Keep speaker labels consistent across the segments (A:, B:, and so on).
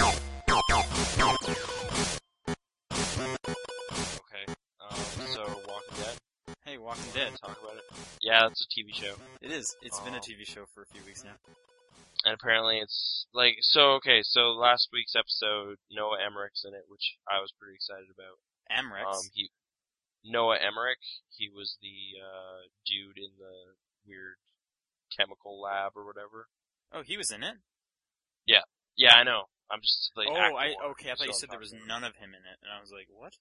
A: Um, Yeah, it's a TV show.
B: It is. It's been a
A: Oh.
B: TV show for a few weeks now.
A: And apparently it's like so okay, so last week's episode Noah Emmerich's in it, which I was pretty excited about.
B: Amrex.
A: Um he Noah Emmerich, he was the uh dude in the weird chemical lab or whatever.
B: oh, he was in it.
A: Yeah, I know. I'm just like
B: oh,
A: actor
B: I
A: one,
B: okay. I thought you
A: so
B: said
A: I'm
B: there was
A: talking-
B: none of him in it, and I was like, what?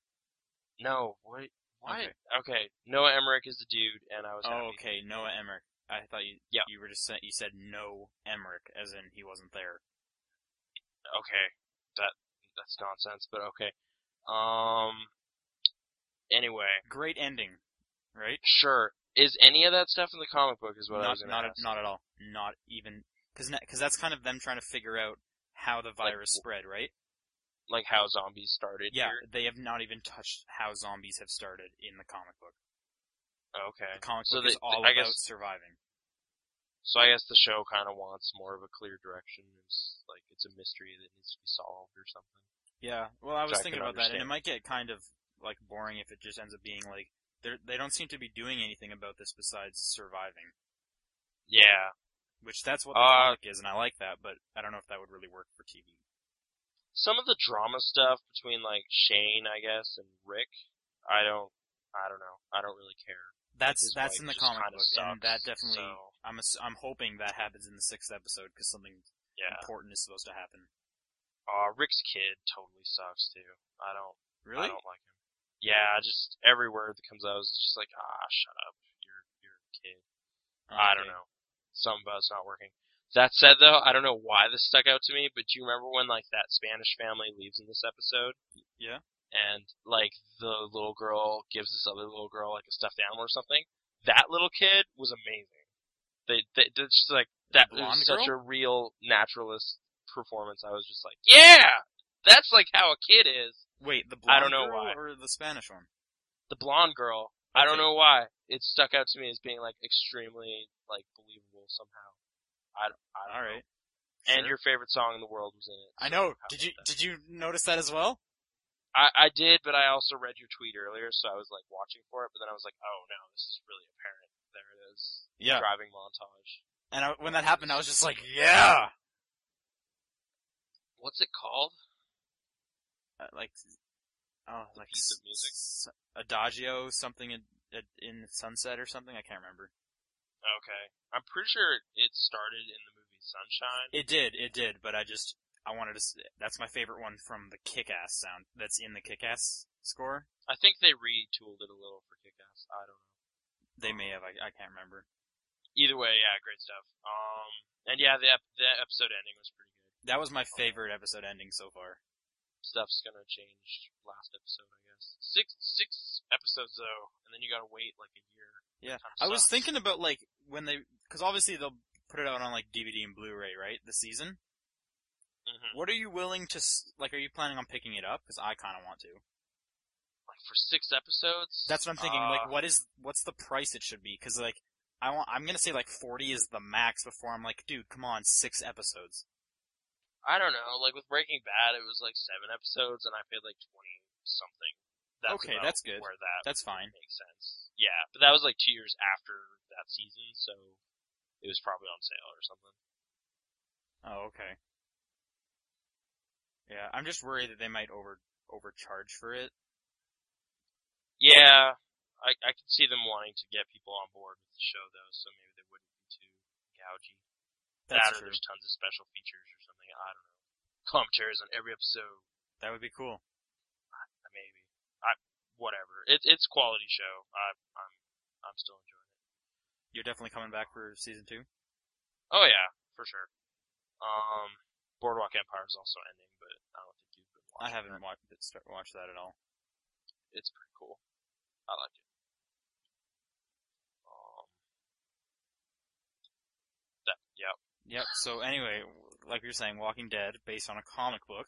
A: No, what what?
B: Okay.
A: Okay. Noah Emmerich is the dude and I was
B: Oh,
A: happy.
B: okay. Noah Emmerich. I thought you
A: Yeah.
B: you were just sa- you said no Emmerich, as in he wasn't there.
A: okay, that that's nonsense, but okay. Um. Anyway,
B: Great ending, right?
A: sure. Is any of that stuff in the comic book? Is what I
B: not
A: was gonna
B: not, at-
A: ask.
B: not at all. Not even because because that's kind of them trying to figure out how the virus
A: w-
B: spread, right?
A: like how zombies started.
B: Yeah,
A: Here?
B: they have not even touched how zombies have started in the comic book.
A: Okay.
B: The comic
A: So
B: book is
A: they-
B: all
A: I
B: about
A: guess-
B: surviving.
A: So I guess the show kind of wants more of a clear direction. It's like it's a mystery that needs to be solved or something.
B: Yeah. Well, I
A: Which
B: was
A: I
B: thinking
A: can
B: about that, and it
A: understand.
B: might get kind of like boring if it just ends up being like they they don't seem to be doing anything about this besides surviving,
A: Yeah.
B: which that's what the
A: Uh,
B: comic is, and I like that, but I don't know if that would really work for TV.
A: Some of the drama stuff between like Shane, I guess, and Rick. I don't. I don't know. I don't really care.
B: That's
A: His
B: that's
A: wife
B: in the
A: just
B: comic
A: kinda
B: book, and that
A: sucks,
B: definitely
A: so,
B: I'm ass- I'm hoping that happens in the sixth episode because something
A: yeah.
B: important is supposed to happen.
A: Uh, Rick's kid totally sucks too. I don't.
B: Really?
A: I don't like him. Yeah, I just every word that comes out is just like, ah, shut up. You're you're a kid. I don't
B: Okay.
A: know. Something about it's not working. That said, though, I don't know why this stuck out to me, but do you remember when like that Spanish family leaves in this episode?
B: Yeah.
A: And like the little girl gives this other little girl like a stuffed animal or something. That little kid was amazing. They, they that's just like that
B: blonde
A: was such
B: girl?
A: a real naturalist performance. I was just like, yeah, that's like how a kid is.
B: Wait, the blonde
A: I don't know
B: girl
A: why.
B: or the Spanish one?
A: The blonde girl. I don't
B: Okay.
A: know why it stuck out to me as being like extremely like believable somehow. I, don't- I don't
B: All
A: know.
B: right.
A: and your favorite song in the world was in it.
B: I
A: so
B: know.
A: how
B: Did
A: about
B: you
A: that?
B: did you notice that as well?
A: I, I did, but I also read your tweet earlier, so I was like watching for it, but then I was like, oh no, this is really apparent. There it is.
B: Yeah.
A: Driving montage.
B: And I, when that happened, I was just like, yeah.
A: What's it called?
B: Uh, like, oh,
A: The
B: like
A: piece of
B: s-
A: music?
B: s- adagio something in, uh, in sunset or something. I can't remember.
A: Okay. I'm pretty sure it started in the movie Sunshine.
B: It did, it did, but I just I wanted to. s- That's my favorite one from the Kick-Ass sound. That's in the Kick-Ass score.
A: I think they retooled it a little for Kick-Ass. I don't know.
B: They may have.
A: Uh-huh.
B: I, I can't remember.
A: Either way, yeah, great stuff. Um, and yeah, the, ep- the episode ending was pretty good.
B: That was my favorite episode ending so far.
A: Stuff's gonna change last episode, I guess. Six six episodes though, and then you gotta wait like a year.
B: Yeah,
A: Kinda
B: I was
A: sucks.
B: thinking about like when they, because obviously they'll put it out on like DVD and Blu-ray, right? The season.
A: Mhm.
B: What are you willing to s- like? Are you planning on picking it up? Because I kind of want to.
A: Like for six episodes.
B: That's what I'm thinking.
A: Uh,
B: like, what is what's the price it should be? Because like, I want. I'm gonna say like 40 is the max before I'm like, dude, come on, six episodes.
A: I don't know. Like with Breaking Bad, it was like seven episodes, and I paid like twenty something. That's
B: Okay,
A: about
B: that's good.
A: Where that
B: That's fine.
A: makes sense. Yeah, but that was like two years after that season, so it was probably on sale or something.
B: Oh, okay. Yeah, I'm just worried that they might over overcharge for it.
A: Yeah, I I could see them wanting to get people on board with the show though, so maybe they wouldn't be too gougy.
B: That's
A: that or
B: true.
A: there's tons of special features or something. I don't know. Commentaries on every episode,
B: That would be cool.
A: maybe. I whatever. It's it's quality show. I I'm I'm still enjoying it.
B: You're definitely coming back for season two.
A: Oh yeah, for sure. Um, Boardwalk Empire is also ending, but I don't think you've been
B: I
A: watching.
B: haven't watched start- watched that at all.
A: It's pretty cool. I like it. Um, that yeah
B: Yep. So anyway, like you were saying, Walking Dead, based on a comic book.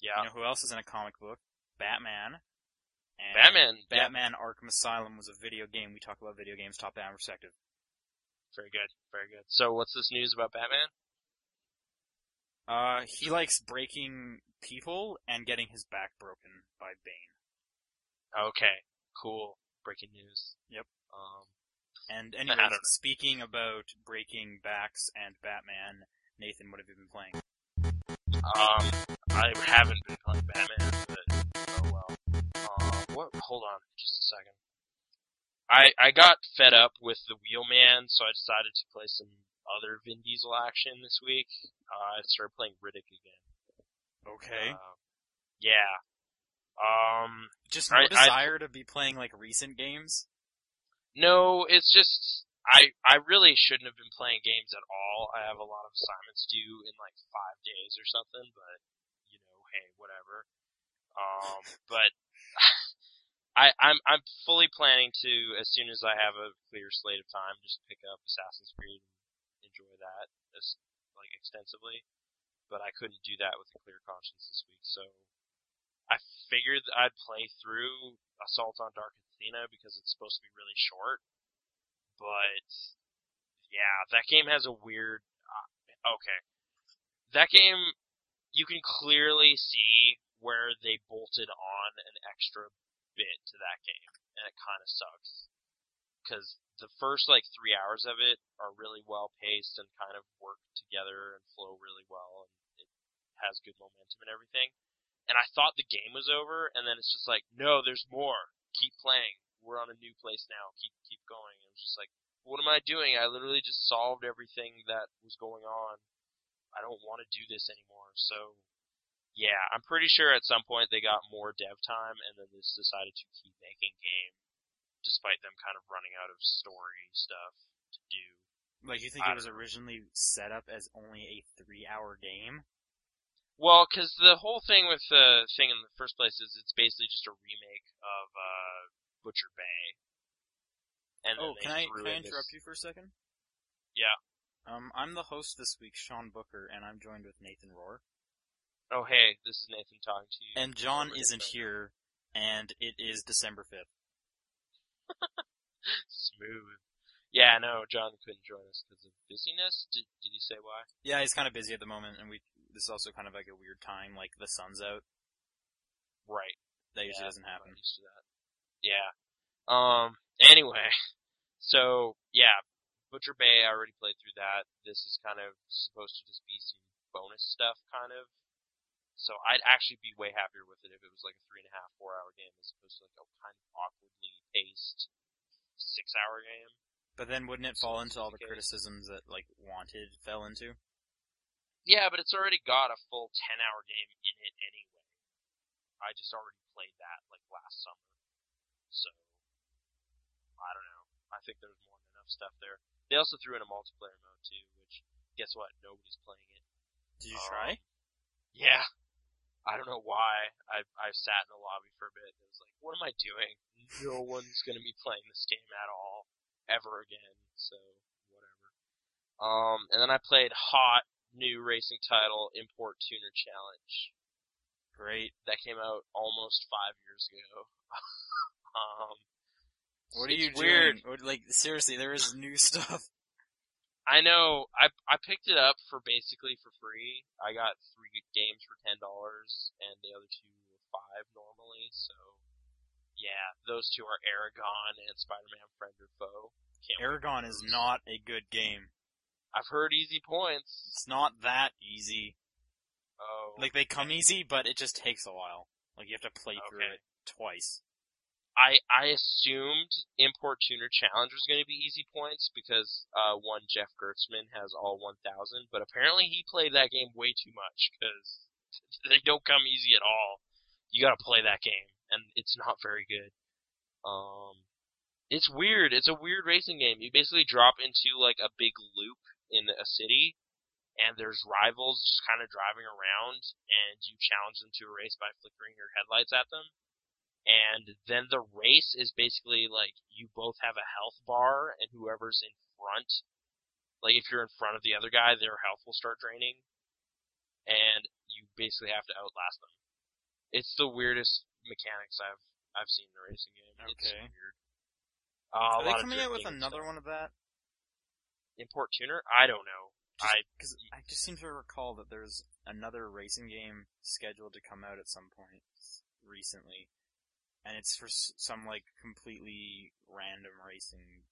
A: yeah.
B: You know who else is in a comic book? Batman. And
A: Batman. Yeah,
B: Batman Arkham Asylum was a video game. We talk about video games top-down perspective.
A: very good, very good. So what's this news about Batman?
B: Uh, he likes breaking people and getting his back broken by Bane.
A: Okay, cool. Breaking news.
B: Yep.
A: Um,
B: And
A: don't
B: anyway,
A: know.
B: speaking about breaking backs and Batman, Nathan, what have you been playing?
A: Um, I haven't been playing Batman, but oh well. Uh, what? Hold on, just a second. I I got fed up with the Wheelman, so I decided to play some other Vin Diesel action this week. Uh, I started playing Riddick again.
B: Okay.
A: Uh, yeah. Um,
B: Just no
A: I- I-
B: desire to be playing like recent games.
A: No, it's just I I really shouldn't have been playing games at all. I have a lot of assignments due in like five days or something, but you know, hey, whatever. Um, but I I'm I'm fully planning to as soon as I have a clear slate of time, just pick up Assassin's Creed and enjoy that as like extensively. But I couldn't do that with a clear conscience this week, so I figured I'd play through Assault on Dark Athena because it's supposed to be really short. But yeah, that game has a weird. Uh, okay, that game you can clearly see where they bolted on an extra bit to that game, and it kind of sucks because the first like three hours of it are really well paced and kind of work together and flow really well, and it has good momentum and everything and I thought the game was over, and then it's just like, no, there's more. Keep playing. We're on a new place now. Keep keep going. And it's just like, what am I doing? I literally just solved everything that was going on. I don't want to do this anymore. So, yeah, I'm pretty sure at some point they got more dev time, and then just decided to keep making game, despite them kind of running out of story stuff to do.
B: Like you think
A: I
B: it was originally set up as only a three-hour game?
A: Well, because the whole thing with the thing in the first place is it's basically just a remake of uh, Butcher Bay. And then
B: Oh,
A: they
B: can I, can
A: threw
B: I
A: in this-
B: interrupt you for a second?
A: Yeah.
B: Um, I'm the host this week, Sean Booker, and I'm joined with Nathan Rohr.
A: Oh, hey, this is Nathan talking to you.
B: And John
A: Over
B: isn't
A: different-
B: here, and it is December 5th.
A: Smooth. Yeah, no, John couldn't join us because of busyness. Did, did he say why?
B: Yeah, he's kind of busy at the moment, and we this is also kind of like a weird time, like the sun's out.
A: Right.
B: That usually
A: Yeah,
B: doesn't
A: I'm
B: happen.
A: not used to that. Yeah. Um. Anyway, so yeah, Butcher Bay. I already played through that. This is kind of supposed to just be some bonus stuff, kind of. So I'd actually be way happier with it if it was like a three and a half, four hour game as opposed to like a kind of awkwardly paced six hour game.
B: But then wouldn't it
A: So
B: fall
A: this
B: into
A: is
B: all the
A: the case.
B: criticisms that like Wanted fell into?
A: Yeah, but it's already got a full 10 hour game in it anyway. I just already played that like last summer. So, I don't know. I think there's more than enough stuff there. They also threw in a multiplayer mode too, which, guess what? Nobody's playing it.
B: Did you
A: Oh.
B: try?
A: Yeah. I don't know why. I I sat in the lobby for a bit and was like, what am I doing? No one's gonna be playing this game at all ever again. So whatever. Um, and then I played Hot new racing title Import Tuner Challenge
B: Great.
A: that came out almost five years ago. um,
B: What are
A: it's
B: you
A: weird.
B: doing? What, like seriously, there is new stuff.
A: I know. I I picked it up for basically for free. I got three games for ten dollars, and the other two were five normally. So, yeah, those two are Aragon and Spider-Man: Friend or Foe. Can't wait.
B: Aragon is not a good game.
A: I've heard easy points.
B: It's not that easy.
A: Oh,
B: Like they come easy, but it just takes a while. Like you have to play through
A: Okay.
B: it twice.
A: I I assumed Import Tuner Challenge was going to be easy points because uh, one Jeff Gertzman has all 1,000, but apparently he played that game way too much because they don't come easy at all. You got to play that game, and it's not very good. Um, it's weird. It's a weird racing game. You basically drop into like a big loop in a city, and there's rivals just kind of driving around, and you challenge them to a race by flickering your headlights at them and then the race is basically like you both have a health bar and whoever's in front like if you're in front of the other guy their health will start draining and you basically have to outlast them it's the weirdest mechanics i've i've seen in a racing game it's
B: Okay.
A: weird
B: Are
A: uh,
B: they coming out with another one of that?
A: import tuner i don't know i
B: Because I just seem to recall that there's another racing game scheduled to come out at some point recently, and it's for s- some like completely random racing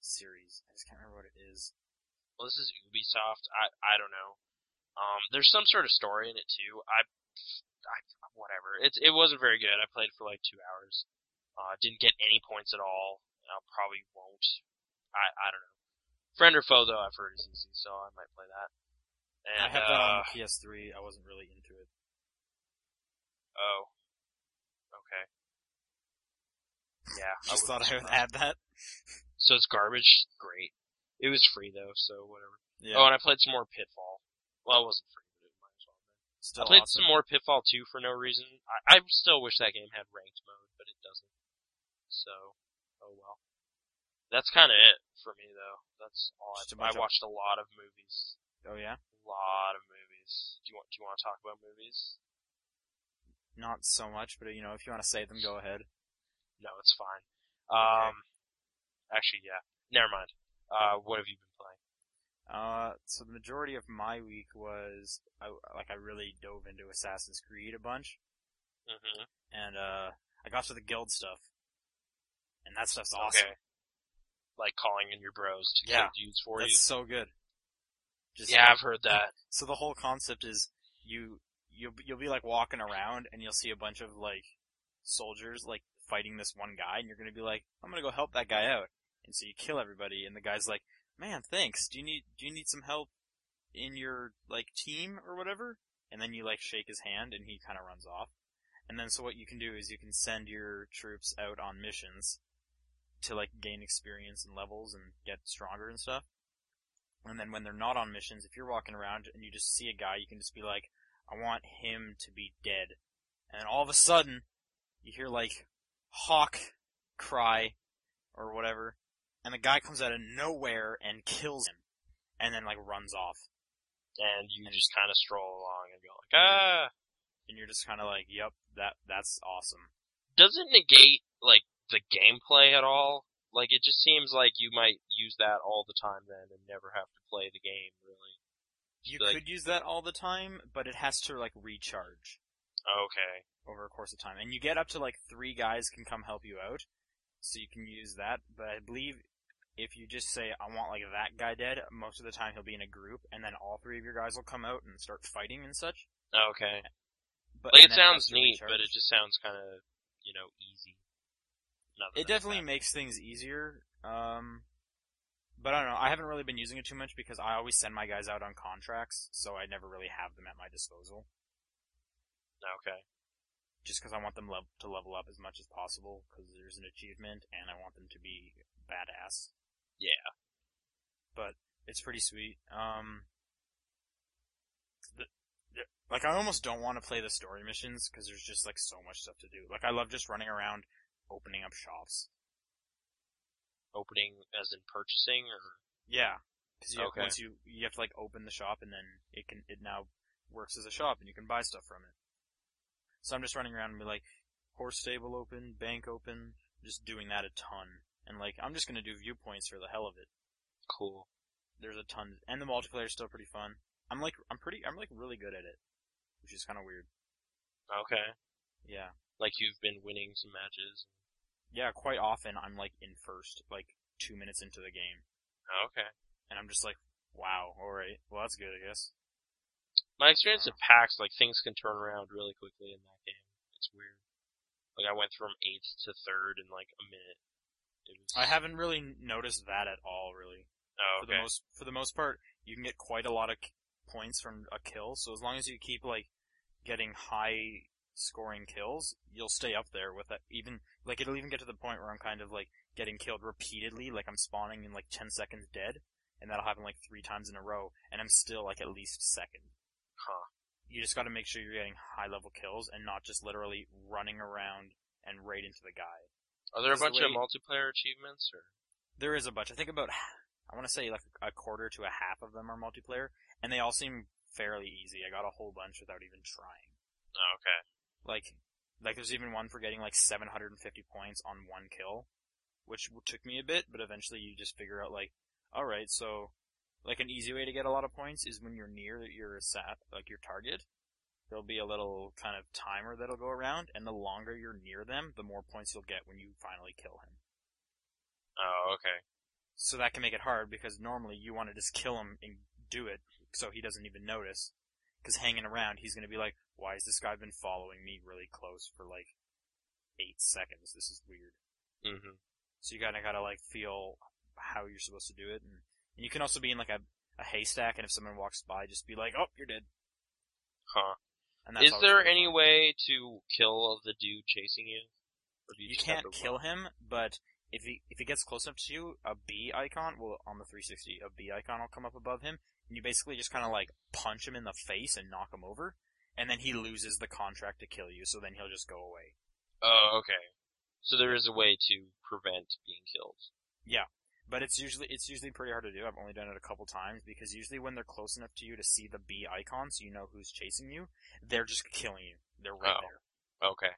B: series. I just can't remember what it is.
A: Well, this is Ubisoft. I I don't know. Um, there's some sort of story in it too. I, I whatever. It's it wasn't very good. I played for like two hours. Uh, didn't get any points at all. I probably won't. I I don't know. Friend or foe though, I've heard is easy, so I might play that. And,
B: I have um,
A: uh,
B: that on PS3. I wasn't really into it.
A: Oh. Okay. Yeah.
B: Just
A: would-
B: thought I would add that.
A: So it's garbage. Great. It was free though, so whatever.
B: Yeah.
A: Oh, and I played some more Pitfall. Well, it wasn't free, but it might as well.
B: still
A: I played
B: awesome.
A: some more Pitfall 2 for no reason. I, I still wish that game had ranked mode, but it doesn't. So, oh well. That's kind of it for me, though. That's all.
B: Just a
A: I, I
B: bunch of-
A: watched a lot of movies.
B: Oh yeah.
A: A lot of movies. Do you want? Do you want to talk about movies?
B: Not so much, but you know, if you want to say them, go ahead.
A: No, it's fine. Um, actually, yeah. Never mind. Uh, what have you been playing?
B: Uh, so the majority of my week was I, like I really dove into Assassin's Creed a bunch,
A: Mm-hmm.
B: and uh, I got to the guild stuff, and that stuff's awesome.
A: Okay. Like calling in your bros to
B: Yeah.
A: kill dudes for
B: That's so good.
A: you.
B: Just
A: Yeah, I've heard that.
B: So the whole concept is you you you'll be like walking around and you'll see a bunch of like soldiers like fighting this one guy and you're gonna be like I'm gonna go help that guy out and so you kill everybody and the guy's like man thanks do you need do you need some help in your like team or whatever and then you like shake his hand and he kind of runs off and then so what you can do is you can send your troops out on missions to like gain experience and levels and get stronger and stuff and then when they're not on missions, if you're walking around and you just see a guy, you can just be like, I want him to be dead. And then all of a sudden, you hear like hawk cry or whatever, and the guy comes out of nowhere and kills him, and then like runs off.
A: And you just kind of stroll along and go like, ah.
B: And you're just kind of like, yep, that that's awesome.
A: does it negate like the gameplay at all? Like it just seems like you might use that all the time then and never have to play the game really.
B: You
A: Like-
B: could use that all the time, but it has to like recharge.
A: Okay.
B: over a course of time. And you get up to like three guys can come help you out, so you can use that. But I believe if you just say, I want like that guy dead, most of the time he'll be in a group, and then all three of your guys will come out and start fighting and such.
A: Okay.
B: But
A: Like
B: and
A: it
B: then has
A: sounds
B: to
A: neat,
B: recharge.
A: but it just sounds kind of you know easy. Not that
B: it
A: that's
B: definitely
A: bad.
B: makes things easier. Um, but I don't know. I haven't really been using it too much because I always send my guys out on contracts, so I never really have them at my disposal.
A: okay.
B: Just because I want them lev- to level up as much as possible, because there's an achievement, and I want them to be badass.
A: Yeah.
B: it's pretty sweet. Um, the, the, like I almost don't want to play the story missions because there's just like so much stuff to do. Like I love just running around, opening up shops.
A: Opening as in purchasing or
B: Yeah, because
A: Okay.
B: once you you have to like open the shop and then it can it now works as a shop and you can buy stuff from it. So I'm just running around and be like, horse stable open, bank open, just doing that a ton. And like I'm just gonna do viewpoints for the hell of it.
A: cool.
B: there's a ton, and the multiplayer is still pretty fun. I'm like, I'm pretty, I'm like really good at it, which is kind of weird.
A: Okay.
B: Yeah,
A: Like you've been winning some matches.
B: yeah. Quite often, I'm like in first, like two minutes into the game,
A: Okay.
B: and I'm just like, wow, all right, well that's good, I guess.
A: My experience at PAX, like things can turn around really quickly in that game. It's weird. Like I went from eighth to third in like a minute. It was,
B: I haven't really noticed that at all, really. For
A: Oh,
B: the most, for the most part, you can get quite a lot of k- points from a kill, so as long as you keep like getting high scoring kills, you'll stay up there with that. Even like it'll even get to the point where I'm kind of like getting killed repeatedly, like I'm spawning in like ten seconds dead, and that'll happen like three times in a row, and I'm still like at least second.
A: Huh.
B: You just got to make sure you're getting high level kills and not just literally running around and right into the guy.
A: Are there a
B: Is the
A: bunch of
B: way-
A: multiplayer achievements or?
B: There is a bunch. I think about, I want to say like a quarter to a half of them are multiplayer, and they all seem fairly easy. I got a whole bunch without even trying.
A: Oh, okay.
B: Like, like there's even one for getting like 750 points on one kill, which w- took me a bit, but eventually you just figure out like, all right, so like an easy way to get a lot of points is when you're near your sat, like your target. There'll be a little kind of timer that'll go around, and the longer you're near them, the more points you'll get when you finally kill him.
A: Oh, okay.
B: So that can make it hard because normally you want to just kill him and do it so he doesn't even notice. Because hanging around, he's gonna be like, "Why has this guy been following me really close for like eight seconds? This is weird."
A: Mm-hmm.
B: So you kind of gotta like feel how you're supposed to do it, and, and you can also be in like a, a haystack, and if someone walks by, just be like, "Oh, you're dead."
A: Huh.
B: And that's
A: Is
B: always
A: there
B: really
A: any
B: fun.
A: way to kill the dude chasing you? Or do
B: You
A: just have
B: can't
A: to
B: kill
A: run?
B: him, but if he if he gets close enough to you, a B icon will on the 360, a B icon will come up above him, and you basically just kind of like punch him in the face and knock him over, and then he loses the contract to kill you, so then he'll just go away.
A: Oh, okay. So there is a way to prevent being killed.
B: But it's usually it's usually pretty hard to do. I've only done it a couple times because usually when they're close enough to you to see the B icon, so you know who's chasing you, they're just killing you. They're right
A: Oh.
B: there.
A: Okay.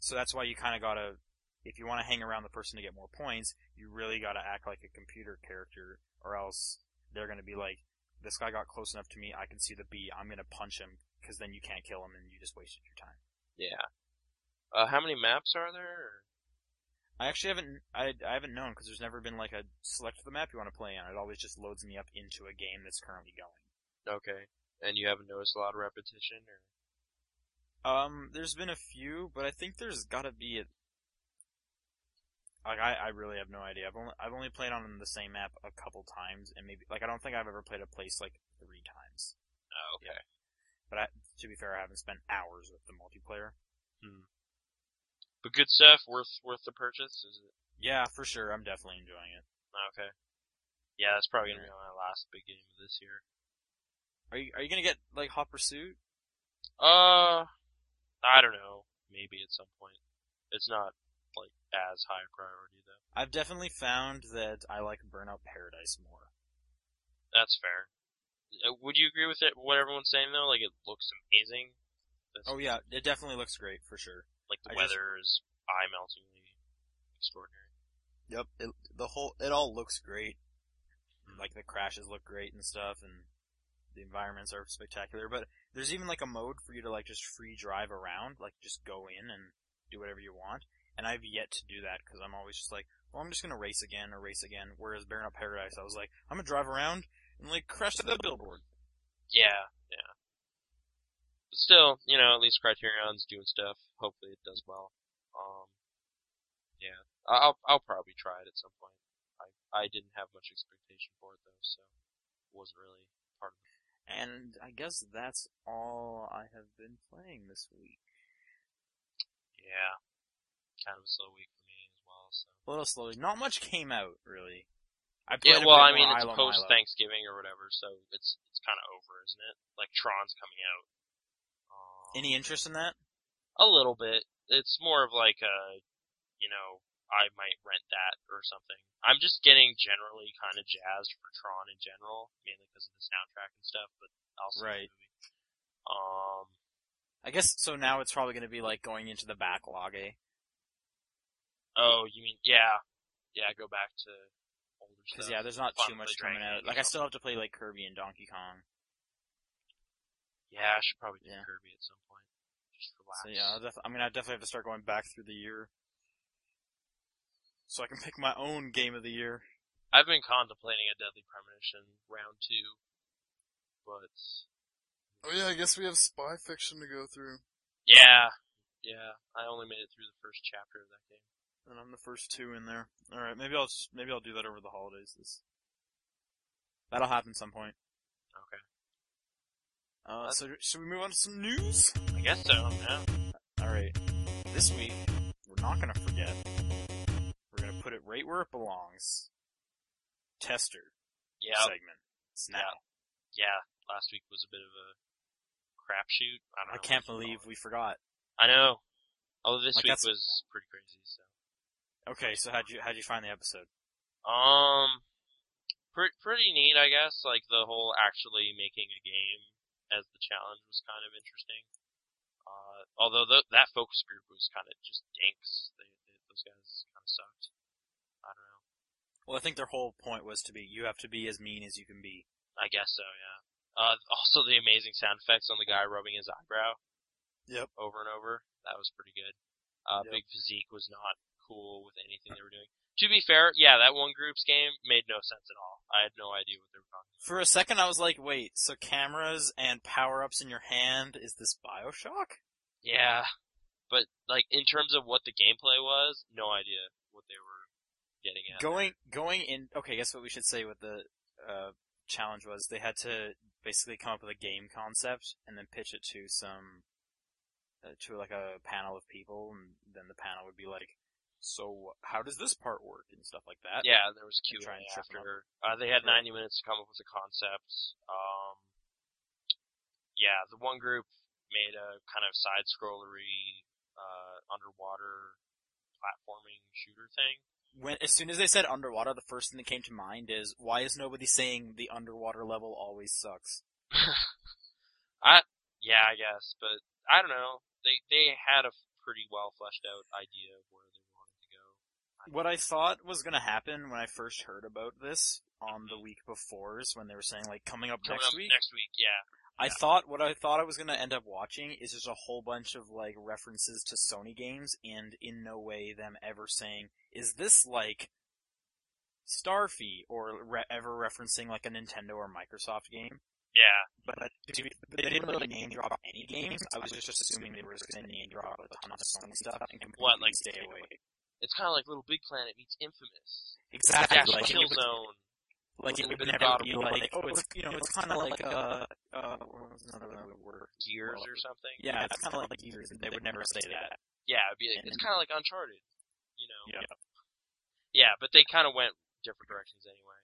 B: So that's why you kind of gotta, if you want to hang around the person to get more points, you really gotta act like a computer character, or else they're gonna be like, this guy got close enough to me, I can see the bee, I'm gonna punch him, because then you can't kill him and you just wasted your time.
A: Yeah. Uh, how many maps are there?
B: I actually haven't, I, I haven't known, because there's never been like a select the map you want to play on. It always just loads me up into a game that's currently going.
A: Okay. And you haven't noticed a lot of repetition, or
B: Um, there's been a few, but I think there's gotta be a, like I, I really have no idea. I've only I've only played on the same map a couple times, and maybe like I don't think I've ever played a place like three times.
A: oh,
B: okay. But I, to be fair, I haven't spent hours with the multiplayer.
A: But good stuff, worth worth the purchase. Is it? Oh,
B: Yeah, for sure. I'm definitely enjoying it.
A: Okay. Yeah, that's probably gonna be my last big game of this year.
B: Are you are you gonna get like Hot Pursuit?
A: Uh, I don't know. Maybe at some point. It's not like as high priority though.
B: I've definitely found that I like Burnout Paradise more.
A: That's fair. Uh, Would you agree with it? What everyone's saying though, like it looks amazing. That's-
B: Oh yeah, it definitely looks great for sure.
A: Like the
B: I just-
A: weather is eye-meltingly extraordinary.
B: Yep, it, the whole it all looks great. Like the crashes look great and stuff, and the environments are spectacular. But there's even like a mode for you to like just free drive around, like just go in and do whatever you want. And I've yet to do that because I'm always just like, well, I'm just gonna race again or race again. Whereas Baron of Paradise, I was like, I'm gonna drive around and like crash to the billboard.
A: Yeah, yeah. But still, you know, at least Criterion's doing stuff. Hopefully, it does well. Um, yeah, I- I'll I'll probably try it at some point. I I didn't have much expectation for it though, so wasn't really part of. It.
B: And I guess that's all I have been playing this week.
A: Yeah, kind of a slow week for me as well. So
B: A little slowly. Not much came out really. I
A: yeah,
B: played a
A: well,
B: bit
A: I
B: more
A: mean, it's
B: Ilo
A: post
B: Milo.
A: Thanksgiving or whatever, so it's it's kind of over, isn't it? Like Tron's coming out. Um,
B: Any interest in that?
A: A little bit. It's more of like a, you know, I might rent that or something. I'm just getting generally kind of jazzed for Tron in general, mainly because of the soundtrack and stuff, but also
B: Right.
A: the movie. Um,
B: I guess so. Now it's probably going to be like going into the backlog, eh?
A: oh, you mean yeah, yeah. Go back to older stuff.
B: Because yeah, there's not
A: Final
B: too much
A: Fantasy
B: coming
A: Dragon
B: out.
A: Age
B: Like
A: or
B: I still have to play like Kirby and Donkey Kong.
A: Yeah, I should probably do
B: Yeah.
A: Kirby at some point. Just relax.
B: So yeah, I'll def- I'm gonna definitely have to start going back through the year, so I can pick my own game of the year.
A: I've been contemplating a Deadly Premonition round two, but
C: Oh yeah, I guess we have spy fiction to go through,
A: yeah, yeah. I only made it through the first chapter of that game.
B: And I'm the first two in there. All right, maybe I'll s- maybe I'll do that over the holidays. This that'll happen some point.
A: Okay.
B: Uh, so should we move on to some news?
A: I guess so. Yeah.
B: All right. This week, we're not going to forget. We're going to put it right where it belongs. Tester
A: Yeah.
B: segment. It's now.
A: yeah, last week was a bit of a crapshoot. I
B: I
A: don't know
B: can't
A: what to
B: believe
A: call
B: we
A: it.
B: forgot.
A: I know. Although this
B: Like,
A: week
B: that's-
A: was pretty crazy. So,
B: Okay, so how'd you how'd you find the episode?
A: um, pre- pretty neat, I guess. Like the whole actually making a game as the challenge was kind of interesting. Uh, although th- that focus group was kind of just dinks. They, they, those guys kind of sucked. I don't know.
B: Well, I think their whole point was to be you have to be as mean as you can be.
A: I guess so. Yeah. Uh, also the amazing sound effects on the guy rubbing his eyebrow.
C: Yep.
A: over and over. That was pretty good. Uh,
C: Yep.
A: Big Physique was not cool with anything they were doing. To be fair, yeah, that one group's game made no sense at all. I had no idea what they were talking.
B: For a second, I was like, wait, so cameras and power ups in your hand is this Bioshock?
A: Yeah, but like in terms of what the gameplay was, no idea what they were getting at.
B: Going, going in. Okay, guess what we should say what the uh, challenge was? They had to basically come up with a game concept and then pitch it to some, uh, to like a panel of people, and then the panel would be like, "So how does this part work?" and stuff like that.
A: Yeah, there was Q
B: And
A: and
B: try and
A: A
B: trip 'em
A: after. Uh, they had
B: Right.
A: 90 minutes to come up with a concept. Um, yeah, the one group made a kind of side scrollery, uh, underwater platforming shooter thing.
B: When as soon as they said underwater, the first thing that came to mind is why is nobody saying the underwater level always sucks?
A: Yeah, I guess, but I don't know. They they had a pretty well fleshed out idea of where they wanted to go.
B: What I thought was gonna happen when I first heard about this on the week before's when they were saying like coming up
A: Coming
B: next
A: up
B: week.
A: next week, yeah.
B: I thought what I thought I was gonna end up watching is just a whole bunch of like references to Sony games, and in no way them ever saying is this like Starfy or re- ever referencing like a Nintendo or Microsoft game.
A: Yeah.
B: But to be- but they didn't really name drop any games. I was just assuming they were just gonna name drop a ton of Sony stuff and completely
A: What, like-
B: stay away.
A: It's kind of like Little Big Planet meets Infamous.
B: Exactly.
A: Dash
B: like, it
A: Kill
B: would-
A: Zone.
B: like it
A: Little
B: would
A: Bit of
B: never
A: God
B: be
A: of War.
B: like oh it's you know it's kind of like uh uh what was another word?
A: Gears or something.
B: Yeah, it's kind of like years. They would never say that.
A: Yeah, it'd be like,
B: And
A: it's kind of like Uncharted, you know.
B: Yeah.
A: Yeah, but they kind of went different directions anyway.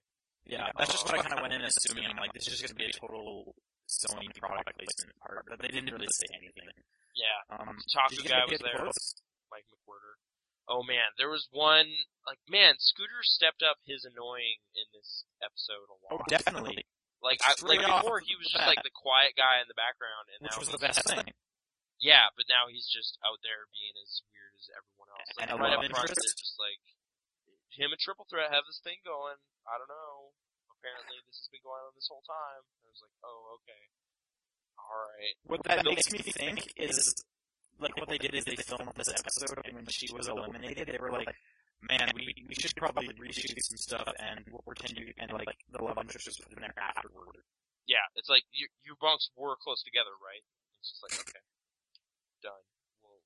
B: Yeah, that's just what I kind of went in assuming. I'm like, this is just going to be a total Sony product placement part, but they didn't really say anything.
A: Yeah,
B: Um,
A: Taco
B: did you
A: guy
B: get
A: was there.
B: close?
A: Mike McWhorter. Oh man, there was one like man, Scooter stepped up his annoying in this episode a
B: Oh,
A: lot.
B: definitely,
A: like I,
B: straight
A: like
B: off
A: before
B: the
A: he was just
B: bat.
A: like the quiet guy in the background, and
B: which
A: now
B: was the
A: he's
B: best
A: just-
B: thing.
A: Yeah, but now he's just out there being as weird as everyone else. Like,
B: And a
A: right
B: love
A: up front,
B: interest.
A: they're just like him and Triple Threat have this thing going. I don't know. Apparently, this has been going on this whole time. I was like, oh, okay, all right.
B: What that makes me think is, like, what they did is they filmed this episode, and when she was eliminated, they were like, man, we, we should probably reshoot some stuff, and we'll pretend you, and, like, the love interest was put in there afterward.
A: Yeah, it's like you you bunks were close together, right? It's just like okay, done. We'll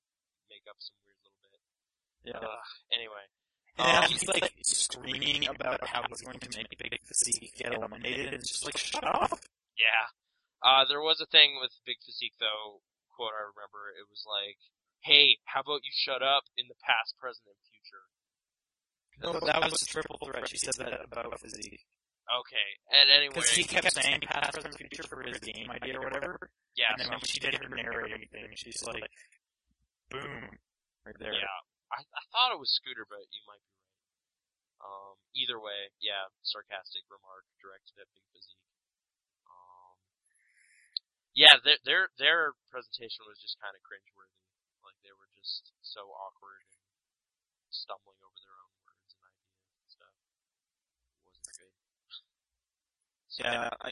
A: make up some weird little bit.
B: Yeah.
A: Ugh, anyway,
B: And now
A: Um,
B: he's like screaming about how he's going to make Big Physique get eliminated, and it's just like, shut up.
A: Yeah. Uh, there was a thing with Big Physique, though, quote I remember. It was like, hey, how about you shut up in the past, present, and future?
B: No, that was a triple threat. She said that about Physique.
A: Okay. And anyway,
B: Because he kept saying past, present, future for his game idea or whatever,
A: yeah,
B: and then when she did her narrating thing, she's like, boom, right there.
A: yeah. I, I thought it was Scooter, but you might be right. Um, either way, yeah, sarcastic remark directed at Big Physique. Um, yeah, their their their presentation was just kind of cringeworthy. Like they were just so awkward and stumbling over their own words and ideas and stuff. It wasn't good. So-
B: Yeah, I,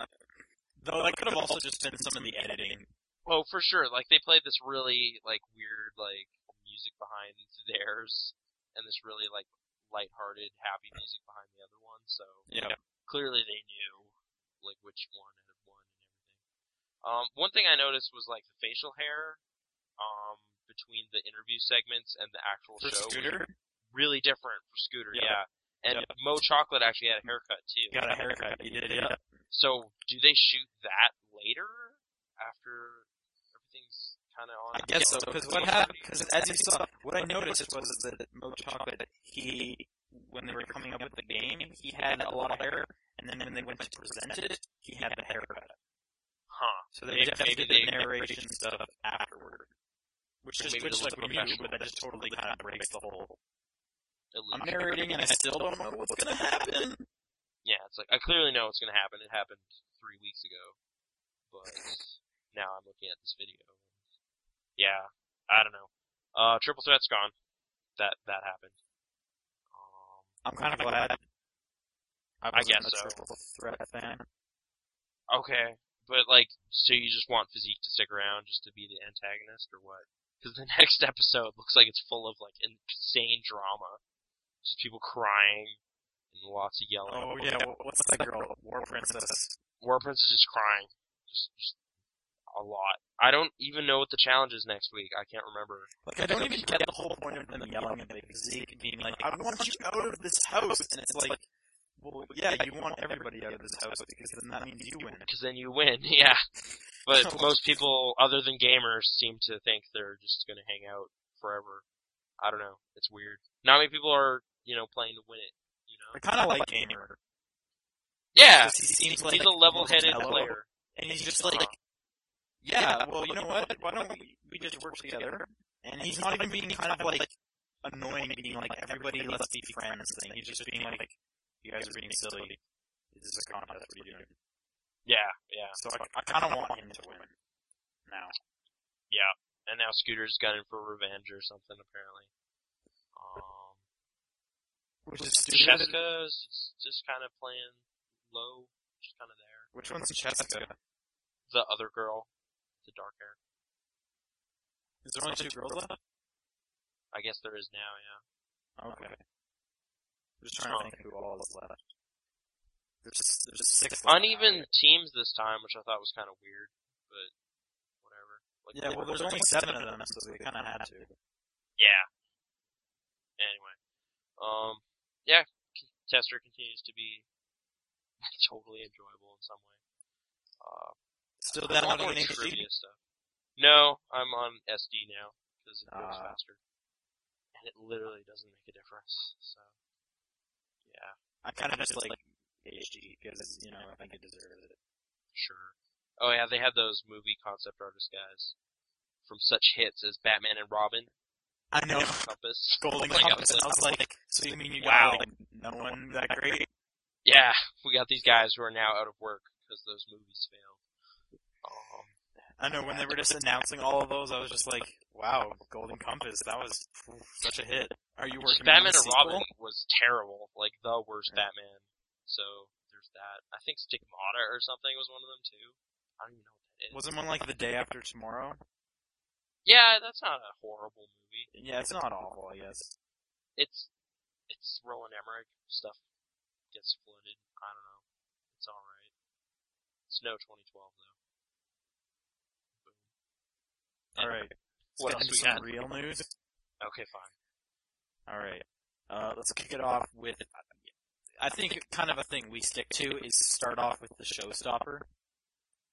B: though that could have also just been some of the editing.
A: Oh, for sure. Like they played this really like weird like music behind theirs, and this really like lighthearted, happy music behind the other one. So
B: Yeah.
A: clearly they knew like which one had won and everything. Um, one thing I noticed was like the facial hair, um, between the interview segments and the actual
B: For
A: show, was
B: Scooter,
A: really different for Scooter.
B: Yeah.
A: Yeah, and Mo Chocolate actually had a haircut too.
B: he got a haircut. He did it up.
A: So do they shoot that later after everything's kind of
B: I
A: on?
B: guess so. Because what happened? Because as you saw, what I noticed was that Mo Chocolate, he when they were coming up with the game, he had a lot of hair, and then when they went to present it, he had the haircut.
A: Huh.
B: So they
A: Maybe-
B: definitely
A: maybe
B: did the
A: they-
B: narration stuff afterward, which is
A: Maybe
B: which
A: it
B: like
A: was
B: we knew,
A: professional.
B: but that just totally kind of breaks the whole. I'm
A: Illusion.
B: narrating, and I still don't know what's gonna happen.
A: Yeah, it's like I clearly know what's gonna happen. It happened three weeks ago, but now I'm looking at this video. Yeah, I don't know. Uh, triple threat's gone. That that happened. Um,
B: I'm kind of glad. I, wasn't
A: guess
B: a
A: so.
B: Triple threat fan.
A: Okay, but like, so you just want Physique to stick around just to be the antagonist, or what? Because the next episode looks like it's full of like insane drama. Just people crying and lots of yelling.
B: Oh yeah, wh- what's that girl? War Princess.
A: War Prince is just crying. Just, just a lot. I don't even know what the challenge is next week. I can't remember.
B: Like I don't even get the whole point of them yelling at like Zeke and being like, "I want you out of this house," and it's like, well, yeah, you want everybody out of this house because then that means you win.
A: Because then you win, yeah. But most people, other than gamers, seem to think they're just going to hang out forever. I don't know. It's weird. Not many people are, you know, playing to win it. You know?
B: I kind of like Gamer.
A: Yeah,
B: 'cause he seems
A: he's
B: like
A: a level-headed
B: mellow,
A: player.
B: and he's just like, yeah, well, you know what? Why don't we, we just work together? And he's not even being kind of like annoying, being like everybody let's be friends thing. He's just being like, you guys are being silly. This is a contest we're doing.
A: Yeah, yeah,
B: So I, I kind of want him to win now.
A: yeah. And now Scooter's gunning for revenge or something apparently. Um,
B: Which is stupid.
A: Cheska's just kind of playing low, just kind of there.
B: Which one's Cheska?
A: The other girl, the dark hair.
B: Is there only two girls left?
A: I guess there is now, yeah.
B: Okay. Just trying to think who all is left. There's there's six. left now,
A: Uneven
B: right?
A: teams this time, which I thought was kind of weird, but whatever. Like,
B: Yeah, well, there's only seven of them, so they kind of had to.
A: Yeah. Anyway, um, yeah, Tester continues to be totally enjoyable in some way. Uh,
B: Still that much
A: I'm on
B: in
A: trivia stuff. No, I'm on SD now because it goes
B: Ah.
A: faster, and it literally doesn't make a difference. So, yeah,
B: I kind of just like HD because you know I think it deserves it.
A: sure. Oh yeah, they had those movie concept artist guys from such hits as Batman and Robin,
B: I know.
A: Compass.
B: Golden
A: Oh my God,
B: Compass.
A: like-
B: I was like, so you mean you
A: Wow.
B: got like no one that great?
A: Yeah, we got these guys who are now out of work because those movies failed. Um,
B: I know. When they were just announcing all of those, I was just like, wow, Golden Compass. That was such a hit. Are you working
A: Just
B: on
A: Batman
B: a
A: and Robin
B: sequel?
A: was terrible, like the worst
B: Yeah.
A: Batman. So there's that. I think Stigmata or something was one of them too. I don't even know what that is.
B: Wasn't one like the day after tomorrow?
A: yeah, that's not a horrible movie.
B: Yeah, it's not awful, I guess.
A: It's it's Roland Emmerich stuff gets flooded. I don't know. It's all right. It's no 2012 though.
B: All right.
A: What
B: Let's get
A: else we
B: into
A: got?
B: some real news.
A: Okay, fine.
B: All right. Uh, let's kick it off with. I think kind of a thing we stick to is start off with the showstopper.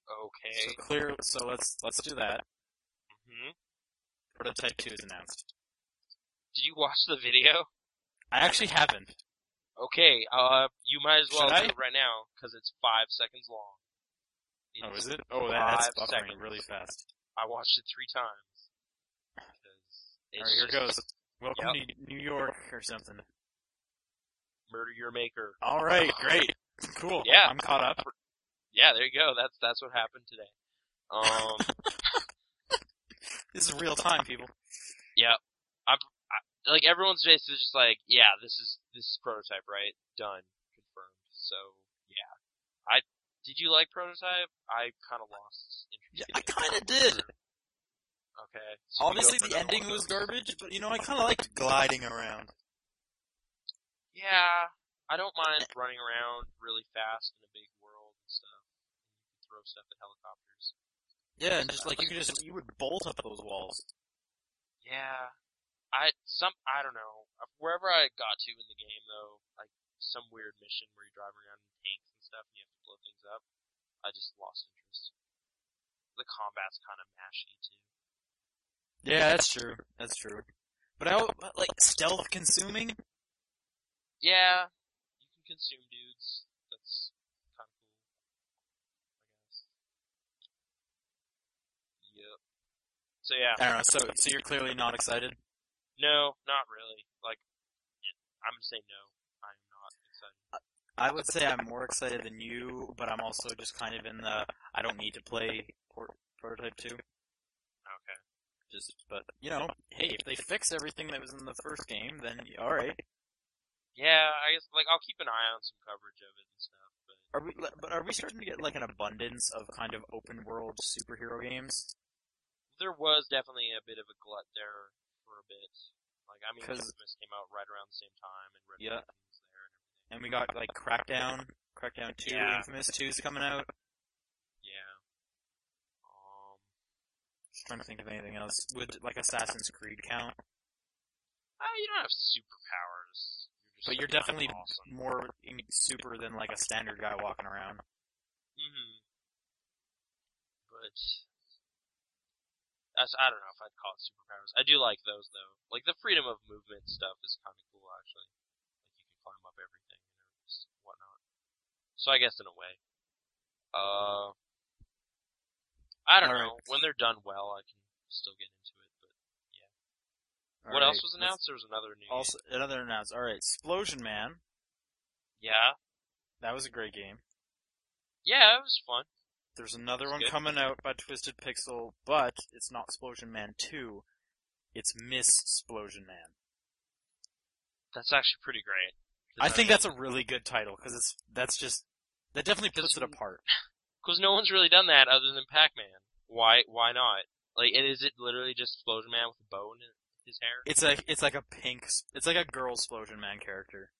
B: So
A: Okay.
B: clear. So let's let's do that.
A: hmm
B: Prototype two is announced.
A: Did you watch the video?
B: I actually haven't.
A: Okay. Uh, you might as well
B: Should I?
A: do it right now because it's five seconds long.
B: Oh,
A: It's
B: is it? Oh, that, that's
A: five
B: buffering
A: seconds.
B: really fast.
A: I watched it three times. 'Cause
B: All
A: it's
B: right, here
A: just
B: goes. Welcome to New York or something.
A: Murder Your Maker.
B: All right, great, cool.
A: Yeah.
B: I'm caught up.
A: Yeah, there you go. That's that's what happened today. Um,
B: This is real time, people.
A: like everyone's basically just like, yeah, this is this is prototype, right? Done, confirmed. So yeah, I did you like prototype? I kind of lost interest.
B: I kind of did.
A: Okay. so we go
B: Obviously,
A: for
B: the
A: another
B: ending
A: one.
B: was garbage, but you know, I kind of liked gliding around.
A: Yeah, I don't mind running around really fast in a big world and stuff. Throw stuff at helicopters.
B: Yeah, and just like you could just you would bolt up those walls.
A: Yeah, I some I don't know Uh, wherever I got to in the game though, like some weird mission where you're driving around in tanks and stuff and you have to blow things up. I just lost interest. The combat's kind of mashy too.
B: Yeah, that's true. That's true. But I al- but, like stealth consuming.
A: Yeah, you can consume dudes. That's kind of cool. I guess. Yep. So yeah,
B: I don't know. So so you're clearly not excited.
A: no, not really. Like, yeah, I'm gonna say no. I'm not excited.
B: I would say I'm more excited than you, but I'm also just kind of in the I don't need to play Port- Prototype Two.
A: Okay.
B: Just but you know, hey, if they fix everything that was in the first game, then all right.
A: Yeah, I guess like I'll keep an eye on some coverage of it and stuff, but
B: Are we but are we starting to get like an abundance of kind of open world superhero games?
A: there was definitely a bit of a glut there for a bit. Like Like I mean,
B: 'Cause-
A: Infamous came out right around the same time, and Red
B: Yeah.
A: Dead was there. And everything.
B: And we got like Crackdown, Crackdown Two,
A: Yeah.
B: Infamous Two is coming out.
A: Yeah. Um,
B: Just trying to think of anything else. Would like Assassin's Creed count?
A: ah, you don't have superpowers. You're just
B: But you're
A: like, I'm
B: definitely
A: awesome.
B: more in- super than like a standard guy walking around.
A: hmm But that's I don't know if I'd call it superpowers. I do like those though. Like the freedom of movement stuff is kind of cool actually. Like you can climb up everything and just whatnot. So I guess in a way, uh, I don't
B: Alright.
A: know. When they're done well, I can still get into it. But what
B: Alright,
A: else was
B: let's-
A: announced? There was another new.
B: Also, another announcement. All right, Explosion Man.
A: game. Yeah,
B: That was a great game.
A: yeah, it was fun.
B: There's another
A: It's
B: one
A: good.
B: coming out by Twisted Pixel, but it's not Explosion Man 2. It's Miss Explosion Man.
A: That's actually pretty great.
B: I think that's a really good title because it's that's just that definitely puts it apart.
A: Because no one's really done that other than Pac-Man. Why? Why not? Like, and is it literally just Explosion Man with a bow in his hair?
B: It's like it's like a pink. s- It's like a girl Explosion Man character.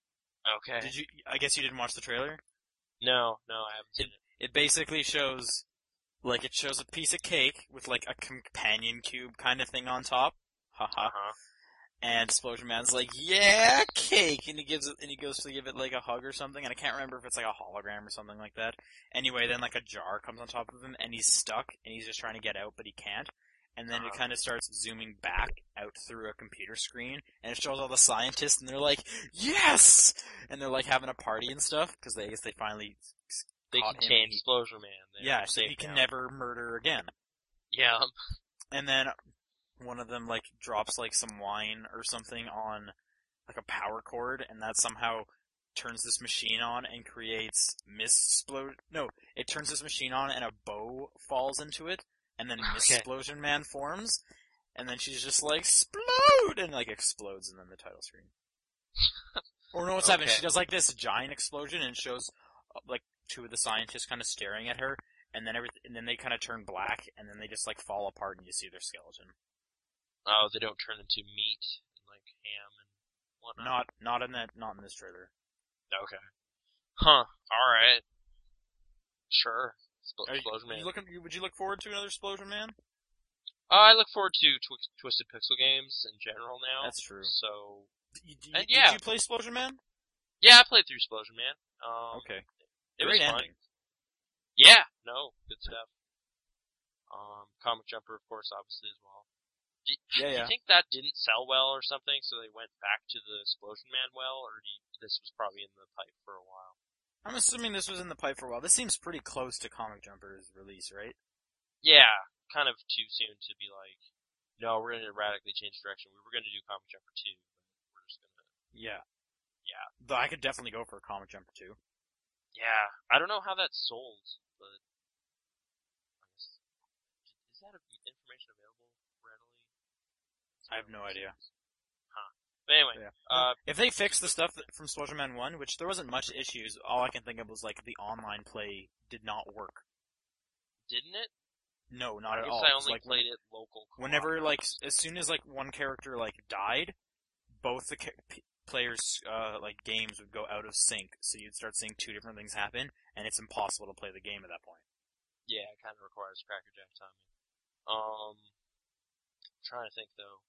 A: Okay.
B: Did you? I guess you didn't watch the trailer.
A: No, no, I haven't seen it.
B: It basically shows like it shows a piece of cake with like a companion cube kind of thing on top. Haha.
A: Uh huh.
B: And Explosion Man's like, yeah, cake, and he gives it, and he goes to give it like a hug or something, and I can't remember if it's like a hologram or something like that. Anyway, then like a jar comes on top of him, and he's stuck, and he's just trying to get out, but he can't. And then it
A: Uh-huh.
B: kind of starts zooming back out through a computer screen, and it shows all the scientists, and they're like, yes, and they're like having a party and stuff because they I guess they finally,
A: They
B: Caught him
A: contain
B: and he-
A: Explosion Man. They're
B: yeah, so
A: safe
B: he can
A: now.
B: never murder again.
A: Yeah. um,
B: and then one of them like drops like some wine or something on like a power cord and that somehow turns this machine on and creates misplode no it turns this machine on and a bow falls into it and then
A: Okay.
B: explosion man forms and then she's just like explode and like explodes and then the title screen or no what's happening
A: Okay.
B: she does like this giant explosion and it shows uh, like two of the scientists kind of staring at her and then everything, and then they kind of turn black, and then they just like fall apart, and you see their skeleton.
A: Oh, they don't turn into meat and like ham and whatnot.
B: Not, not in that, not in this trailer.
A: Okay. Huh. All right. Sure. Expl-
B: Are you-
A: Explosion Man.
B: You looking? you- Would you look forward to another Explosion Man?
A: oh, I look forward to Twi- Twisted Pixel games in general now.
B: That's true.
A: so
B: You- do you-
A: Uh,
B: did
A: yeah.
B: you play Explosion Man?
A: yeah, I played through Explosion Man. Um,
B: Okay.
A: It
B: Great
A: was fun.
B: ending.
A: Yeah, no, good stuff. Um, Comic Jumper, of course, obviously as well. Do,
B: Yeah,
A: do
B: yeah.
A: you think that didn't sell well or something, so they went back to the Explosion Man well, or do you, this was probably in the pipe for a while?
B: I'm assuming this was in the pipe for a while. This seems pretty close to Comic Jumper's release, right?
A: Yeah, kind of too soon to be like, no, we're going to radically change direction. We were going to do Comic Jumper two, but we're just going to.
B: Yeah.
A: Yeah.
B: Though I could definitely go for a Comic Jumper too.
A: Yeah, I don't know how that sold, but I guess- is that information available readily?
B: I have no idea.
A: Huh. But
B: Yeah.
A: anyway, uh,
B: If they fix the stuff that, from Explosion Man One, which there wasn't much issues, all I can think of was like the online play did not work.
A: didn't it?
B: No, not
A: I
B: at
A: guess
B: all.
A: I
B: 'cause,
A: only
B: like, when-
A: played it local. co-op.
B: whenever like s- as soon as like one character like died both the ca- p- players uh like games would go out of sync so you'd start seeing two different things happen and it's impossible to play the game at that point
A: yeah, it kind of requires crackerjack timing. Um, trying to think though.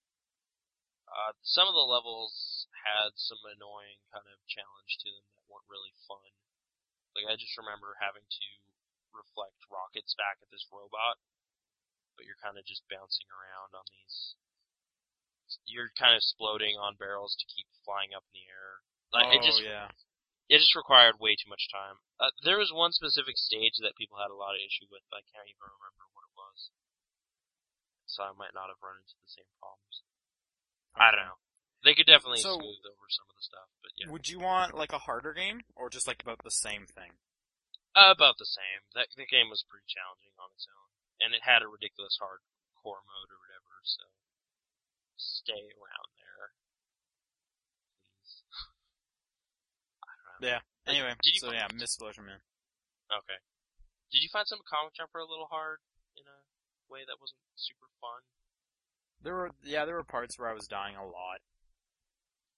A: Uh, some of the levels had some annoying kind of challenge to them that weren't really fun. Like I just remember having to reflect rockets back at this robot, but you're kind of just bouncing around on these. You're kind of exploding on barrels to keep flying up in the air. Like it
B: Oh,
A: just
B: yeah
A: It just required way too much time. Uh, there was one specific stage that people had a lot of issue with, but I can't even remember what it was. So I might not have run into the same problems. I don't know. They could definitely
B: So-
A: smooth over some of the stuff, but yeah,
B: would you want like a harder game or just like about the same thing
A: about the same. That the game was pretty challenging on its own, and it had a ridiculous hardcore mode or whatever. So stay around there, please. I don't know. Like,
B: anyway
A: did you-
B: so yeah miss explosion man
A: Okay. Did you find some comic jumper a little hard in a way that wasn't super fun?
B: there were yeah there were parts where i was dying a lot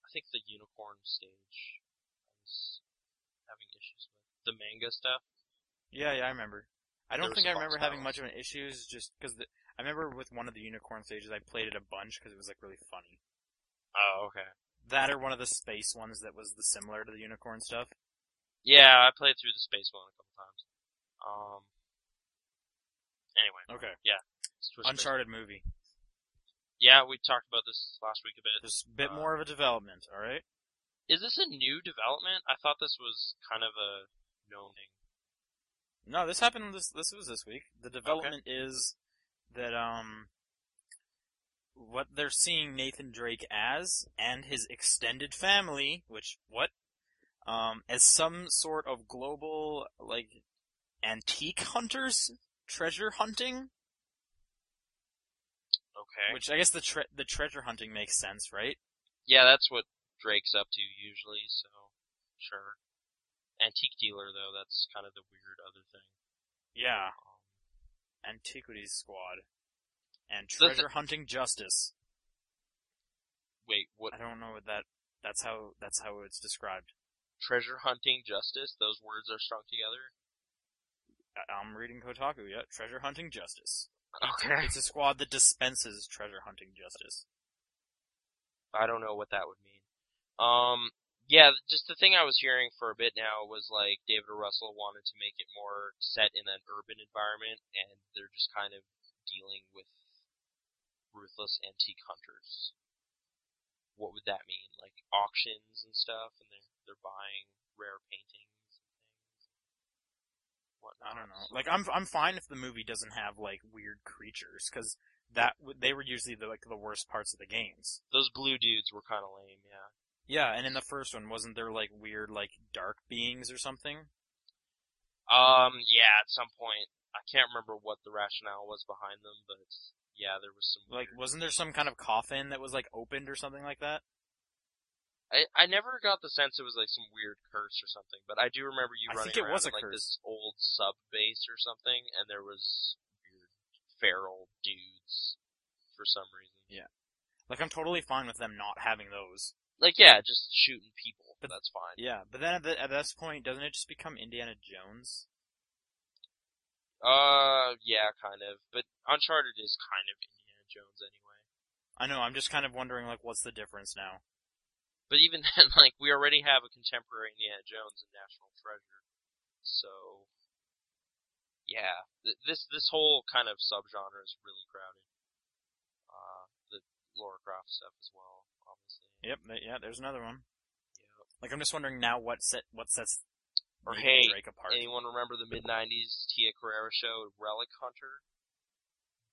A: I think the unicorn stage I was having issues with. The manga stuff.
B: Yeah, yeah, I remember. I don't
D: There
B: think
D: was a box
B: I remember having
D: battle.
B: much of an issue. It's just because I remember with one of the unicorn stages, I played it a bunch because it was like really funny.
A: Oh, okay.
B: That or one of the space ones that was the similar to the unicorn stuff.
A: Yeah, I played through the space one a couple times. Um. Anyway,
B: Okay.
A: let's switch back.
B: Uncharted movie.
A: Yeah, we talked about this last week a bit.
B: There's a bit
A: Uh,
B: more of a development. All right.
A: Is this a new development? I thought this was kind of a known thing.
B: No, this happened. This this was this week. The development is that um, what they're seeing Nathan Drake as and his extended family, which what, um, as some sort of global like antique hunters, treasure hunting.
A: Okay.
B: Which I guess the tre- the treasure hunting makes sense, right?
A: yeah, that's what Drake's up to usually. So, sure. Antique dealer though, that's kind of the weird other thing.
B: Yeah. Um, Antiquities Squad and
A: So the-
B: treasure hunting justice.
A: Wait, what?
B: I don't know what that. That's how that's how it's described.
A: Treasure hunting justice? Those words are strung together.
B: I- I'm reading Kotaku, yeah. Treasure hunting justice.
A: Okay.
B: It's a squad that dispenses treasure hunting justice.
A: I don't know what that would mean. Um, yeah, th- just the thing I was hearing for a bit now was like David O. Russell wanted to make it more set in an urban environment, and they're just kind of dealing with ruthless antique hunters. What would that mean? Like auctions and stuff, and they're they're buying rare paintings and things.
B: I don't know. Like I'm I'm fine if the movie doesn't have like weird creatures cuz that w- they were usually the like the worst parts of the games.
A: Those blue dudes were kind of lame. Yeah.
B: Yeah, and in the first one wasn't there like weird like dark beings or something?
A: Um, yeah, at some point. I can't remember what the rationale was behind them, but yeah, there was some
B: Like
A: weird-
B: wasn't there some kind of coffin that was like opened or something like that?
A: I, I never got the sense it was like some weird curse or something, but I do remember you
B: I
A: running
B: think it
A: around
B: was
A: in,
B: a
A: like
B: curse.
A: this old sub base or something, and there was weird feral dudes for some reason.
B: Like I'm totally fine with them not having those.
A: Like yeah, just shooting people.
B: But-
A: that's fine.
B: Yeah, but then at, the, at this point doesn't it just become Indiana Jones?
A: Uh, yeah, kind of. But Uncharted is kind of Indiana Jones anyway.
B: I know, I'm just kind of wondering like what's the difference now?
A: But even then, like we already have a contemporary Indiana Jones in National Treasure, so yeah, th- this this whole kind of subgenre is really crowded. Uh, the Laura Croft stuff as well, obviously.
B: Yep, th- yeah, there's another one.
A: Yep.
B: Like I'm just wondering now what set what sets
A: Or
B: Nathan
A: hey,
B: Drake apart.
A: Anyone remember the mid '90s Tia Carrera show Relic Hunter?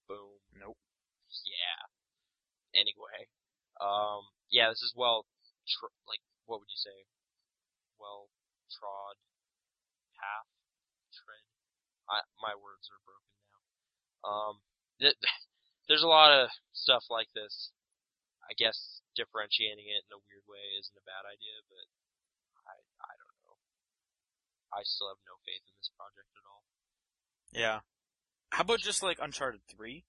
A: Boom.
B: Nope.
A: Yeah. Anyway, um, yeah, this is well, tr- like, what would you say? Well trod path, tread. I, my words are broken now. Um, th- there's a lot of stuff like this. I guess differentiating it in a weird way isn't a bad idea, but I, I don't know. I still have no faith in this project at all.
B: Yeah. How about just like Uncharted Three?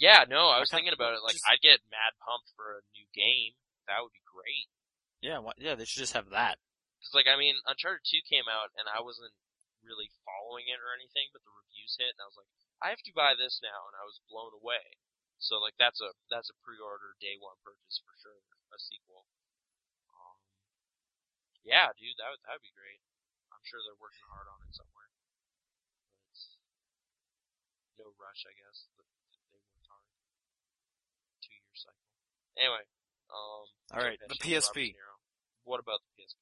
A: Yeah, no, I was
B: Okay.
A: thinking about it. Like,
B: Just-
A: I'd get mad pumped for a new game. That would be great.
B: Yeah, wha- yeah, they should just have that.
A: Because, like, I mean, Uncharted 2 came out, and I wasn't really following it or anything, but the reviews hit, and I was like, I have to buy this now, and I was blown away. So, like, that's a that's a pre-order day one purchase for sure. A sequel. Um, yeah, dude, that would that would be great. I'm sure they're working hard on it somewhere. But no rush, I guess. But they worked hard. Two year cycle. Anyway. Um,
B: All right,
A: Joe
B: the
A: Pesci,
B: PSP.
A: Robert De Niro. What about the PSP?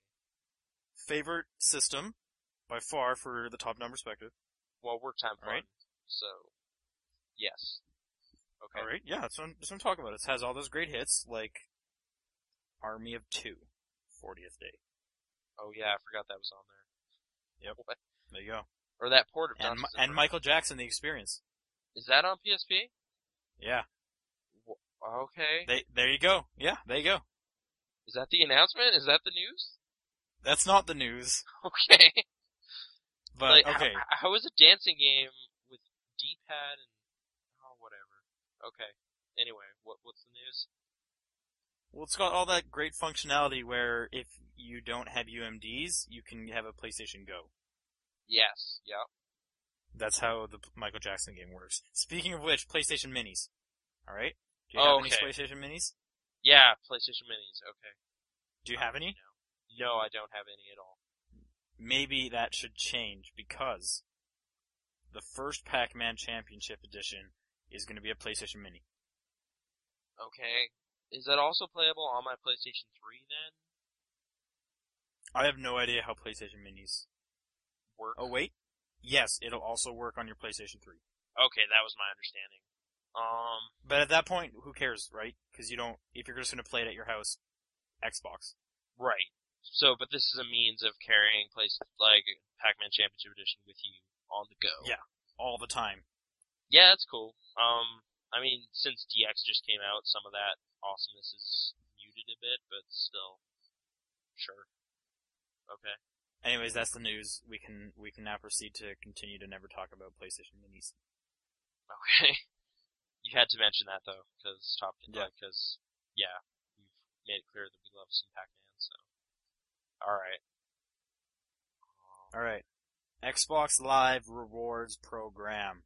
B: Favorite system by far for the top down perspective.
A: Well, work time fun.
B: Alright.
A: So, yes. Okay.
B: All right, yeah, that's what, I'm, that's what I'm talking about. It has all those great hits like Army of Two, 40th Day.
A: Oh yeah, I forgot that was on there.
B: There you go.
A: Or that port of
B: And,
A: Dungeons
B: Mi- and
A: Dragons.
B: Michael Jackson, The Experience.
A: Is that on PSP?
B: Yeah,
A: Okay.
B: they, there you go. Yeah, there you go.
A: Is that the announcement? Is that the news?
B: That's not the news,
A: Okay.
B: but
A: Like, h-
B: okay.
A: h- how is a dancing game with D-pad and oh whatever? Okay. Anyway, what what's the news?
B: Well, it's got all that great functionality where if you don't have UMDs, you can have a PlayStation Go.
A: Yes. Yep.
B: That's how the P- Michael Jackson game works. Speaking of which, PlayStation Minis. All right. Do you
A: Oh,
B: have
A: okay.
B: any PlayStation Minis?
A: Yeah. PlayStation Minis. Okay.
B: Do you have any?
A: No, I don't have any at all.
B: maybe that should change because the first Pac-Man Championship Edition is going to be a PlayStation Mini.
A: Okay. Is that also playable on my PlayStation 3 then?
B: I have no idea how PlayStation Minis.
A: Work?
B: Oh wait, yes, it'll also work on your PlayStation 3.
A: Okay, that was my understanding. Um,
B: But at that point, who cares, right? Because you don't. If you're just going to play it at your house, Xbox.
A: right. So, but this is a means of carrying place like Pac-Man Championship Edition with you on the go.
B: Yeah. all the time.
A: Yeah, that's cool. Um, I mean, since DX just came out, some of that awesomeness is muted a bit, but still, sure. Okay.
B: Anyways, that's the news. We can we can now proceed to continue to never talk about PlayStation Minis.
A: Okay. You had to mention that though, because top
B: Yeah.
A: yeah, because yeah, we've made it clear that we love some Pac-Man. So, all right.
B: All right, Xbox Live Rewards Program.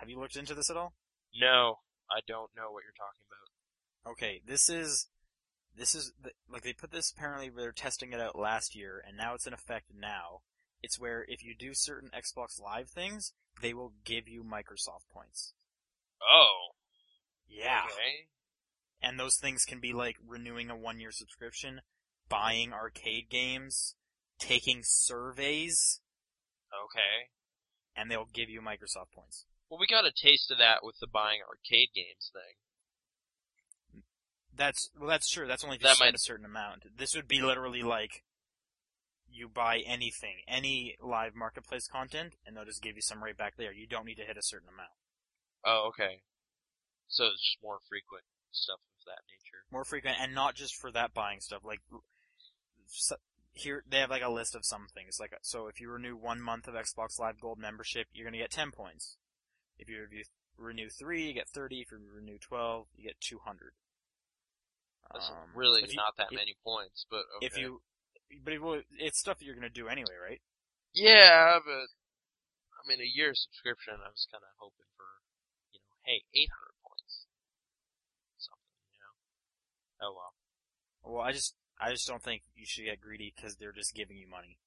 B: Have you looked into this at all?
A: No, I don't know what you're talking about.
B: Okay, this is this is the, like they put this apparently they were testing it out last year and now it's in effect now. It's where if you do certain Xbox Live things, they will give you Microsoft points.
A: Oh,
B: Yeah.
A: okay.
B: And those things can be like renewing a one-year subscription, buying arcade games, taking surveys,
A: Okay.
B: and they'll give you Microsoft points.
A: Well, we got a taste of that with the buying arcade games thing.
B: That's well, that's true. That's only if you
A: That
B: spend
A: might-
B: a certain amount. This would be literally like you buy anything, any live marketplace content, and they'll just give you some right back there. You don't need to hit a certain amount.
A: Oh, okay. So it's just more frequent stuff of that nature.
B: More frequent, and not just for that buying stuff. Like so, here, they have like a list of some things. Like so, if you renew one month of Xbox Live Gold membership, you're gonna get ten points. If you review, renew three, you get thirty. If you renew twelve, you get two hundred. Um,
A: That's really not that
B: e, if-
A: many points, but okay.
B: If you, but it, will- it's stuff that you're gonna do anyway, right?
A: yeah, but I mean, a year subscription, I was kind of hoping for, you know, hey, 800 points, something, you know. Oh well.
B: Well, I just I just don't think you should get greedy because they're just giving you money.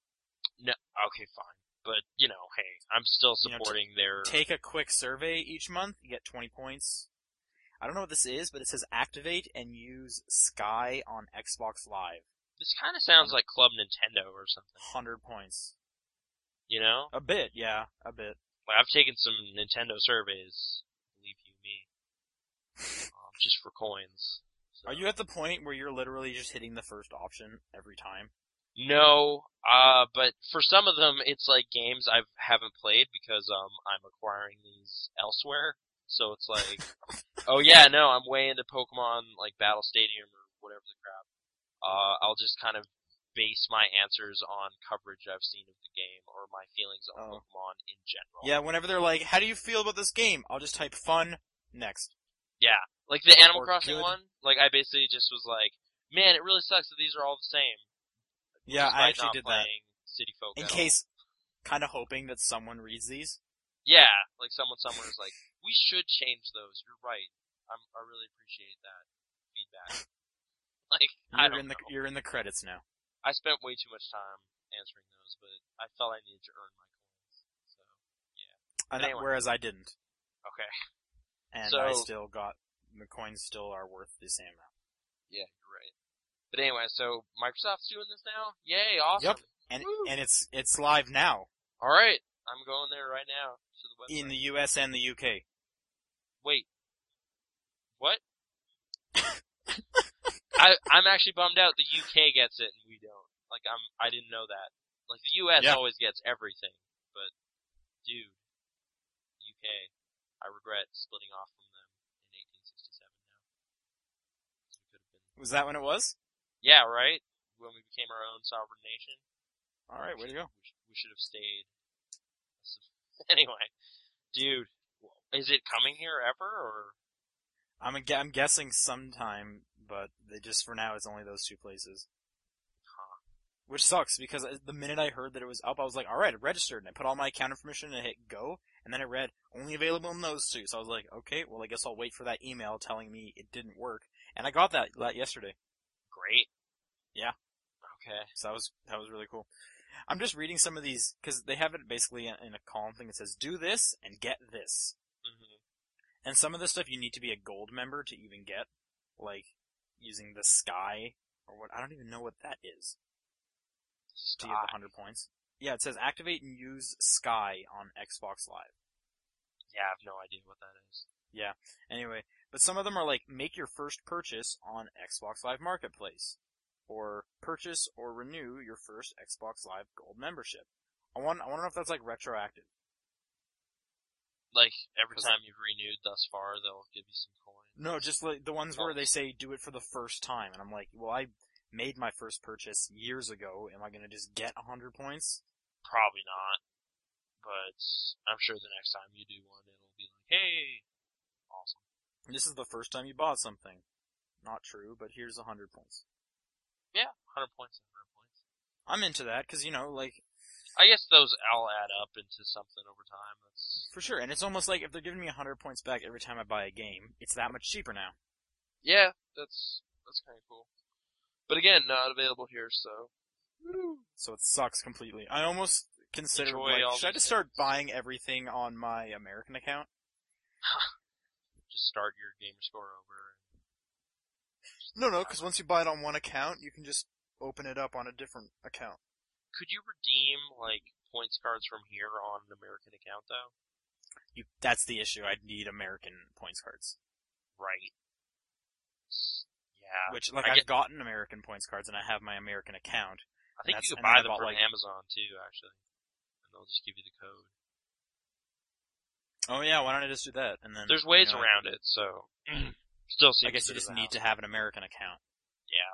A: No, okay, fine. But you know, hey, I'm still
B: You know, t-
A: supporting their.
B: Take a quick survey each month. You get 20 points. I don't know what this is, but it says activate and use Sky on Xbox Live.
A: this kind of
B: Mm.
A: sounds like Club Nintendo or something,
B: 100 points.
A: you know.
B: A bit, yeah, a bit.
A: Like, I've taken some Nintendo surveys, believe you me, um, just for coins. So-
B: Are you at the point where you're literally just hitting the first option every time?
A: No, uh, but for some of them, it's like games I haven't played because um I'm acquiring these elsewhere. So it's like, oh yeah, no, I'm way into Pokemon like Battle Stadium or whatever the crap. Uh, I'll just kind of base my answers on coverage I've seen of the game or my feelings on
B: Oh.
A: Pokemon in general.
B: Yeah, whenever they're like, "How do you feel about this game?" I'll just type "fun" next.
A: Yeah, like the
B: Or
A: Animal Crossing
B: good.
A: one. Like I basically just was like, man, it really sucks that these are all the same.
B: Yeah,
A: despite
B: I actually
A: not
B: did that
A: playing City Folk
B: in
A: at all.
B: case, kind of hoping that someone reads these.
A: Yeah, like someone somewhere is like, we should change those. You're right. I'm, I really appreciate that feedback. Like
B: You're
A: I don't
B: in the
A: know.
B: you're in the credits now.
A: I spent way too much time answering those, but I felt I needed to earn my coins. So
B: And that-
A: Anyway.
B: whereas I didn't,
A: okay,
B: and
A: So-
B: I still got the coins. Still are worth the same amount.
A: yeah, you're right. But anyway, so Microsoft's doing this now. Yay, awesome.
B: Yep. And
A: Woo.
B: and it's it's live now
A: All right, I'm going there right now to the website.
B: in the U.S. and the U.K.
A: Wait. What? I I'm actually bummed out the UK gets it and we don't. Like I'm I didn't know that. Like the US
B: Yeah.
A: always gets everything, but dude, UK, I regret splitting off from them in 1867 now. We could have been-
B: Was that when it was?
A: Yeah, right? When we became our own sovereign nation.
B: All right, way to go.
A: We sh- We should have stayed. Anyway, dude, is it coming here ever or
B: I'm a, gu- I'm guessing sometime, but they just for now it's only those two places.
A: Huh.
B: Which sucks because I- the minute I heard that it was up, I was like, all right, it registered, and I put all my account information and I hit go, and then it read only available in those two. So I was like, okay, well I guess I'll wait for that email telling me it didn't work, and I got that that yesterday.
A: Great.
B: Yeah.
A: Okay.
B: So that was that was really cool. I'm just reading some of these because they have it basically in in a column thing that says do this and get this.
A: Mm-hmm.
B: And some of this stuff you need to be a gold member to even get, like using the sky or what. I don't even know what that is. Do you have
A: Scott.
B: 100 points? Yeah, it says activate and use Sky on Xbox Live.
A: Yeah, I have no idea what that is.
B: Anyway, but some of them are like make your first purchase on Xbox Live Marketplace, or purchase or renew your first Xbox Live Gold membership. I want I want to know if that's like retroactive.
A: Like every
B: 'Cause-
A: time you've renewed thus far, they'll give you some coin.
B: No, just like the ones
A: Oh.
B: where they say do it for the first time, and I'm like, well, I made my first purchase years ago. Am I gonna just get 100 points?
A: Probably not, but I'm sure the next time you do one, it'll be like, hey, awesome.
B: This is the first time you bought something. Not true, but here's 100 points.
A: Yeah, 100 points, 100 points.
B: I'm into that because you know, like
A: I guess those all add up into something over time. That's
B: For sure, and it's almost like if they're giving me 100 points back every time I buy a game, it's that much cheaper now.
A: yeah, that's that's kind of cool. But again, not available here, so
B: So it sucks completely. I almost consider
A: Enjoy
B: like,
A: all
B: should I
A: these
B: just start buying everything on my American account?
A: just start your gamer score over.
C: No,
B: Uh,
C: no, because once you buy it on one account, you can just open it up on a different account.
A: Could you redeem like points cards from here on an American account though?
B: You, that's the issue. I need American points cards,
A: Right. S- Yeah,
B: which like
A: I
B: I've
A: get-
B: gotten American points cards and I have my American account.
A: I think
B: that's-
A: you could
B: and then I
A: buy them
B: bought,
A: from
B: like-
A: Amazon too, actually, and they'll just give you the code.
B: Oh yeah, why don't I just do that? And then
A: There's ways
B: you know,
A: around it, so still seems.
B: I guess you just need to have an American account.
A: Yeah.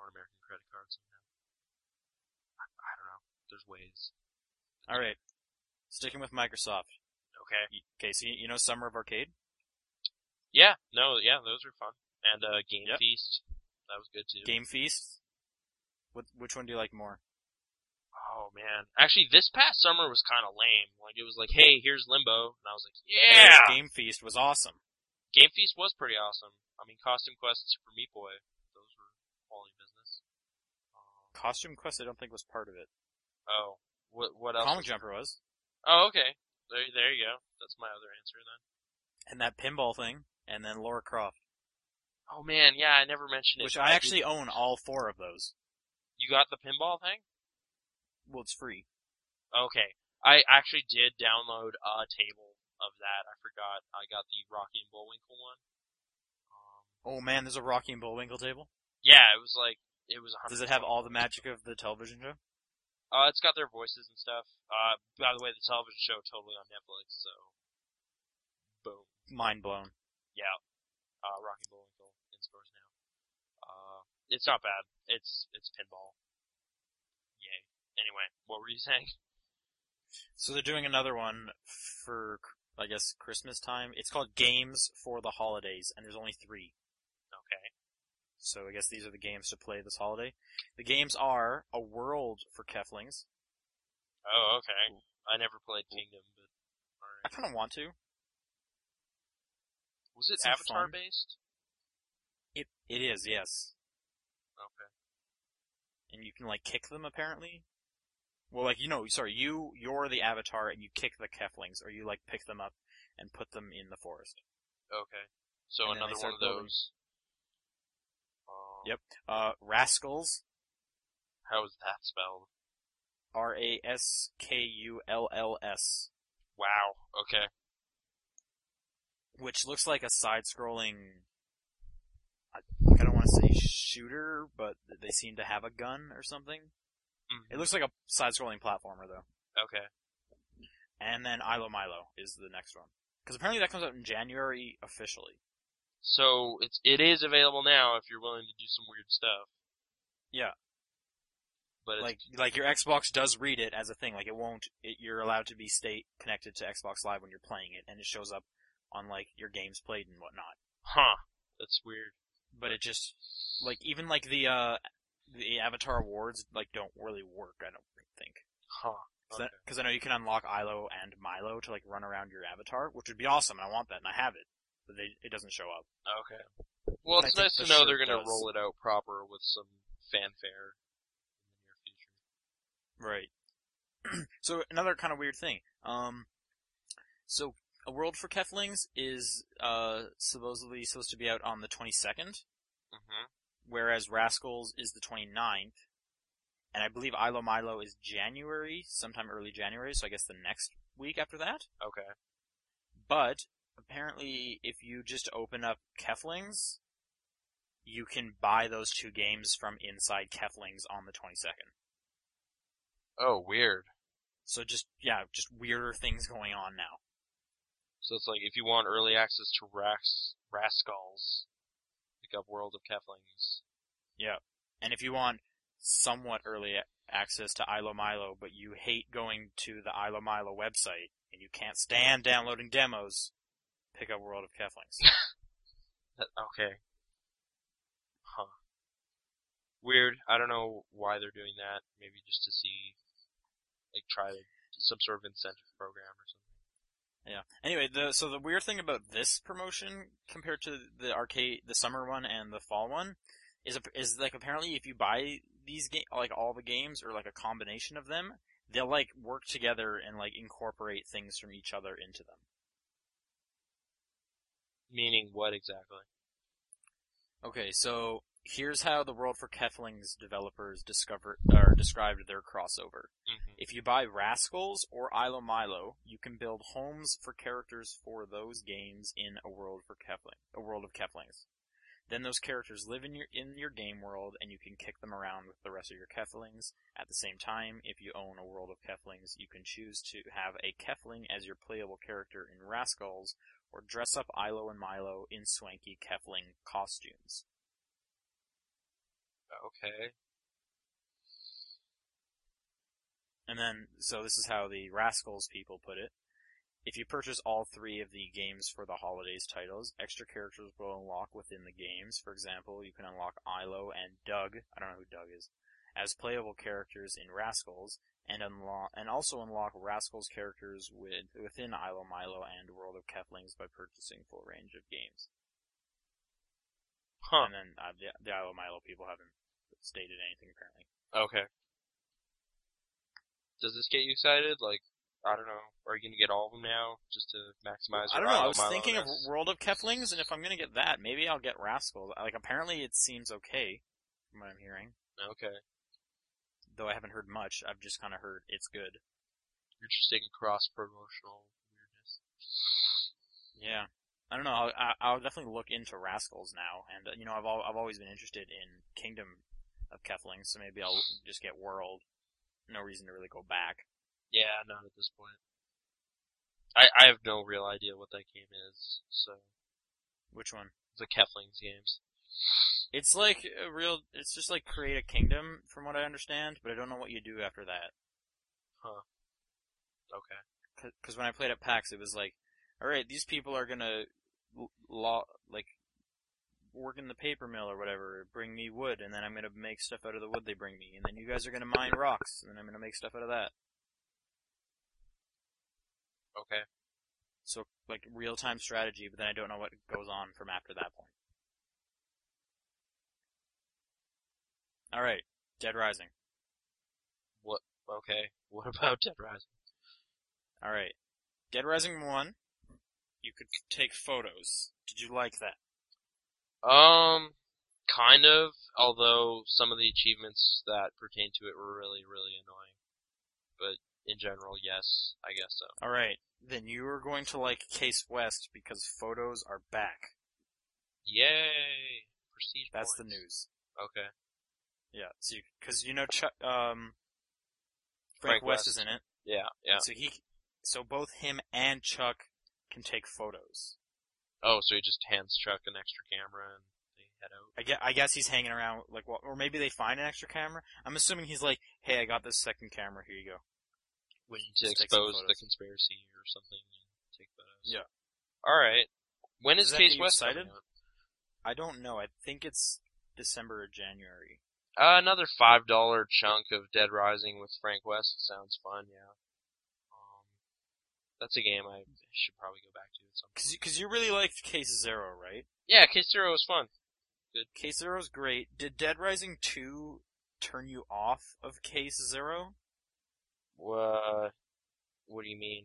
A: Or American credit cards. somehow. I, I don't know. There's ways.
B: All right, sticking with Microsoft.
A: Okay.
B: Y- Okay, so you, you know Summer of Arcade.
A: Yeah. No. Yeah. Those were fun. And uh, Game
B: Yep.
A: Feast. That was good too.
B: Game Feast. What, which one do you like more?
A: Oh man. Actually, this past summer was kind of lame. Like it was like, hey, here's Limbo, and I was like,
B: Whereas
A: yeah.
B: Game
A: Game-,
B: Feast was awesome.
A: Feast was pretty awesome. I mean, Costume Quest, and Super Meat Boy, those were quality business. Um,
B: Costume Quest, I don't think was part of it.
A: oh, what what else?
B: Comic
A: was-
B: Jumper was,
A: Oh, okay. There, there you go. That's my other answer then.
B: and that pinball thing, and then Laura Croft,
A: Oh man, yeah, I never mentioned it.
B: which
A: but
B: I
A: did-
B: actually own all four of those.
A: You got the pinball thing?
B: Well, it's free.
A: Okay. I actually did download a table of that. I forgot. I got the Rocky and Bullwinkle one. Um,
B: Oh man, there's a Rocky and Bullwinkle table.
A: yeah, it was like it was. 100
B: Does it have all the magic of the television show?
A: Uh, it's got their voices and stuff. Uh, by the way, the television show totally on Netflix. So, boom.
B: Mind blown.
A: Yeah. Uh, Rocky and Bullwinkle in stores now. Uh, it's not bad. It's it's pinball. Yay. Anyway, what were you saying?
B: So they're doing another one for, I guess, Christmas time. It's called Games for the Holidays, and there's only three.
A: Okay.
B: So I guess these are the games to play this holiday. The games are A World for Keflings.
A: Oh, okay. I never played Kingdom, but alright.
B: I kind of want to.
A: Was it
B: Some
A: Avatar
B: fun.
A: based?
B: It it is yes.
A: Okay.
B: and you can like kick them apparently. Well, like you know, sorry, you you're the avatar and you kick the keflings, or you like pick them up and put them in the forest.
A: Okay. So
B: And then they
A: another one
B: start
A: of
B: building.
A: those. Um,
B: Yep. Uh, rascals,
A: How is that spelled?
B: R A S K U L L S,
A: Wow. Okay.
B: which looks like a side-scrolling. I, like, I don't want to say shooter, but they seem to have a gun or something.
A: Mhm.
B: It looks like a side-scrolling platformer though.
A: Okay.
B: And then Ilo Milo is the next one, because apparently that comes out in January officially.
A: So it's it is available now if you're willing to do some weird stuff.
B: Yeah.
A: But it's,
B: like like your Xbox does read it as a thing. Like it won't. It, you're allowed to be state connected to Xbox Live when you're playing it, and it shows up on like your games played and whatnot.
A: Huh. That's weird.
B: But it just like even like the uh the Avatar Awards like don't really work. I don't think
A: Huh. Okay.
B: because I know you can unlock Ilo and Milo to like run around your avatar, which would be awesome. And I want that, and I have it, but they, it doesn't show up.
A: okay. Well,
B: I
A: it's
B: think
A: nice
B: the
A: to know
B: shirt
A: they're going to
B: does.
A: roll it out proper with some fanfare in the near future.
B: Right. so another kind of weird thing. Um, so a world for Keflings is uh supposedly supposed to be out on the 22nd,
A: Mm-hmm.
B: whereas Rascals is the 29th, and I believe Ilo Milo is January, sometime early January. So I guess the next week after that.
A: Okay.
B: But apparently, if you just open up Keflings, you can buy those two games from inside Keflings on the 22nd.
A: Oh, weird.
B: So just yeah, just weirder things going on now.
A: So it's like if you want early access to Rax, Rascals, pick up World of Keflings.
B: And if you want somewhat early a- access to Ilo Milo, but you hate going to the Ilo Milo website and you can't stand downloading demos, pick up World of Keflings.
A: That- okay. Huh. Weird. I don't know why they're doing that. Maybe just to see, like, try to, some sort of incentive program or something.
B: Yeah. Anyway, the so the weird thing about this promotion compared to the arcade, the summer one and the fall one, is ap- is like apparently if you buy these game like all the games or like a combination of them, they'll like work together and like incorporate things from each other into them.
A: Meaning what exactly?
B: Okay, so here's how the World for Keflings developers discover or described their crossover.
A: Mm-hmm.
B: If you buy Rascals or Ilo Milo, you can build homes for characters for those games in a world for Kefling, a world of Keflings. Then those characters live in your in your game world, and you can kick them around with the rest of your Keflings. At the same time, if you own a world of Keflings, you can choose to have a Kefling as your playable character in Rascals, or dress up Ilo and Milo in swanky Kefling costumes.
A: Uh, Okay.
B: And then, so this is how the Rascals people put it. If you purchase all three of the games for the holidays titles, extra characters will unlock within the games. For example, you can unlock Ilo and Doug, I don't know who Doug is, as playable characters in Rascals, and unlock, and also unlock Rascals characters with, within Ilo Milo and World of Keflings by purchasing full range of games.
A: Huh.
B: And then, uh, the, the Ilo Milo people haven't stated anything apparently.
A: Okay. Does this get you excited? Like, I don't know. Are you gonna get all of them now just to maximize?
B: I
A: your
B: don't know. I
A: Milo
B: was
A: Milo
B: thinking of
A: ness?
B: World of Keflings, and if I'm gonna get that, maybe I'll get Rascals. Like apparently, it seems okay from what I'm hearing,
A: Okay.
B: though I haven't heard much. I've just kind of heard it's good.
A: Interesting cross promotional weirdness.
B: Yeah, I don't know. I'll, I- I'll definitely look into Rascals now, and uh, you know, I've al- I've always been interested in Kingdom of Keflings, so maybe I'll just get World. No reason to really go back.
A: Yeah, not at this point. I I have no real idea what that game is. So
B: Which one?
A: the Keflings games.
B: It's like a real. It's just like create a kingdom, from what I understand, but I don't know what you do after that.
A: Okay.
B: because when I played at PAX, it was like, all right, these people are gonna l- law like work in the paper mill or whatever, bring me wood, and then I'm gonna make stuff out of the wood they bring me, and then you guys are gonna mine rocks, and then I'm gonna make stuff out of that.
A: Okay.
B: So like real time strategy, but then I don't know what goes on from after that point. All right, Dead Rising.
A: Okay. What about Dead Rising?
B: All right, Dead Rising one. You could take photos. Did you like that?
A: Um, kind of. Although some of the achievements that pertain to it were really, really annoying. But in general, yes, I guess so.
B: All right, then you are going to like Case West because photos are back.
A: Yay! Prestige.
B: That's the
A: points.
B: news.
A: Okay.
B: Yeah, so because you, know Chuck, um, Frank,
A: Frank
B: West,
A: West.
B: is in it,
A: Yeah. Yeah.
B: so he, so both him and Chuck can take photos.
A: Oh, so he just hands Chuck an extra camera and they head out.
B: I guess, I guess he's hanging around like, well, or maybe they find an extra camera. I'm assuming he's like, hey, I got this second camera. Here you go.
A: We need to
B: Just take some
A: expose the
B: photos.
A: conspiracy or something and take photos.
B: Yeah.
A: All right. When
B: Does
A: is
B: that
A: Case
B: get you
A: West
B: excited?
A: coming out?
B: I don't know. I think it's December or January.
A: Uh, another five dollar chunk of Dead Rising with Frank West sounds fun. Yeah, um, that's a game I should probably go back to at some point.
B: Cause you, cause you really liked Case Zero, right?
A: Yeah, Case Zero was fun.
B: Case Zero's great. Did Dead Rising 2 turn you off of Case Zero?
A: Uh, what do you mean?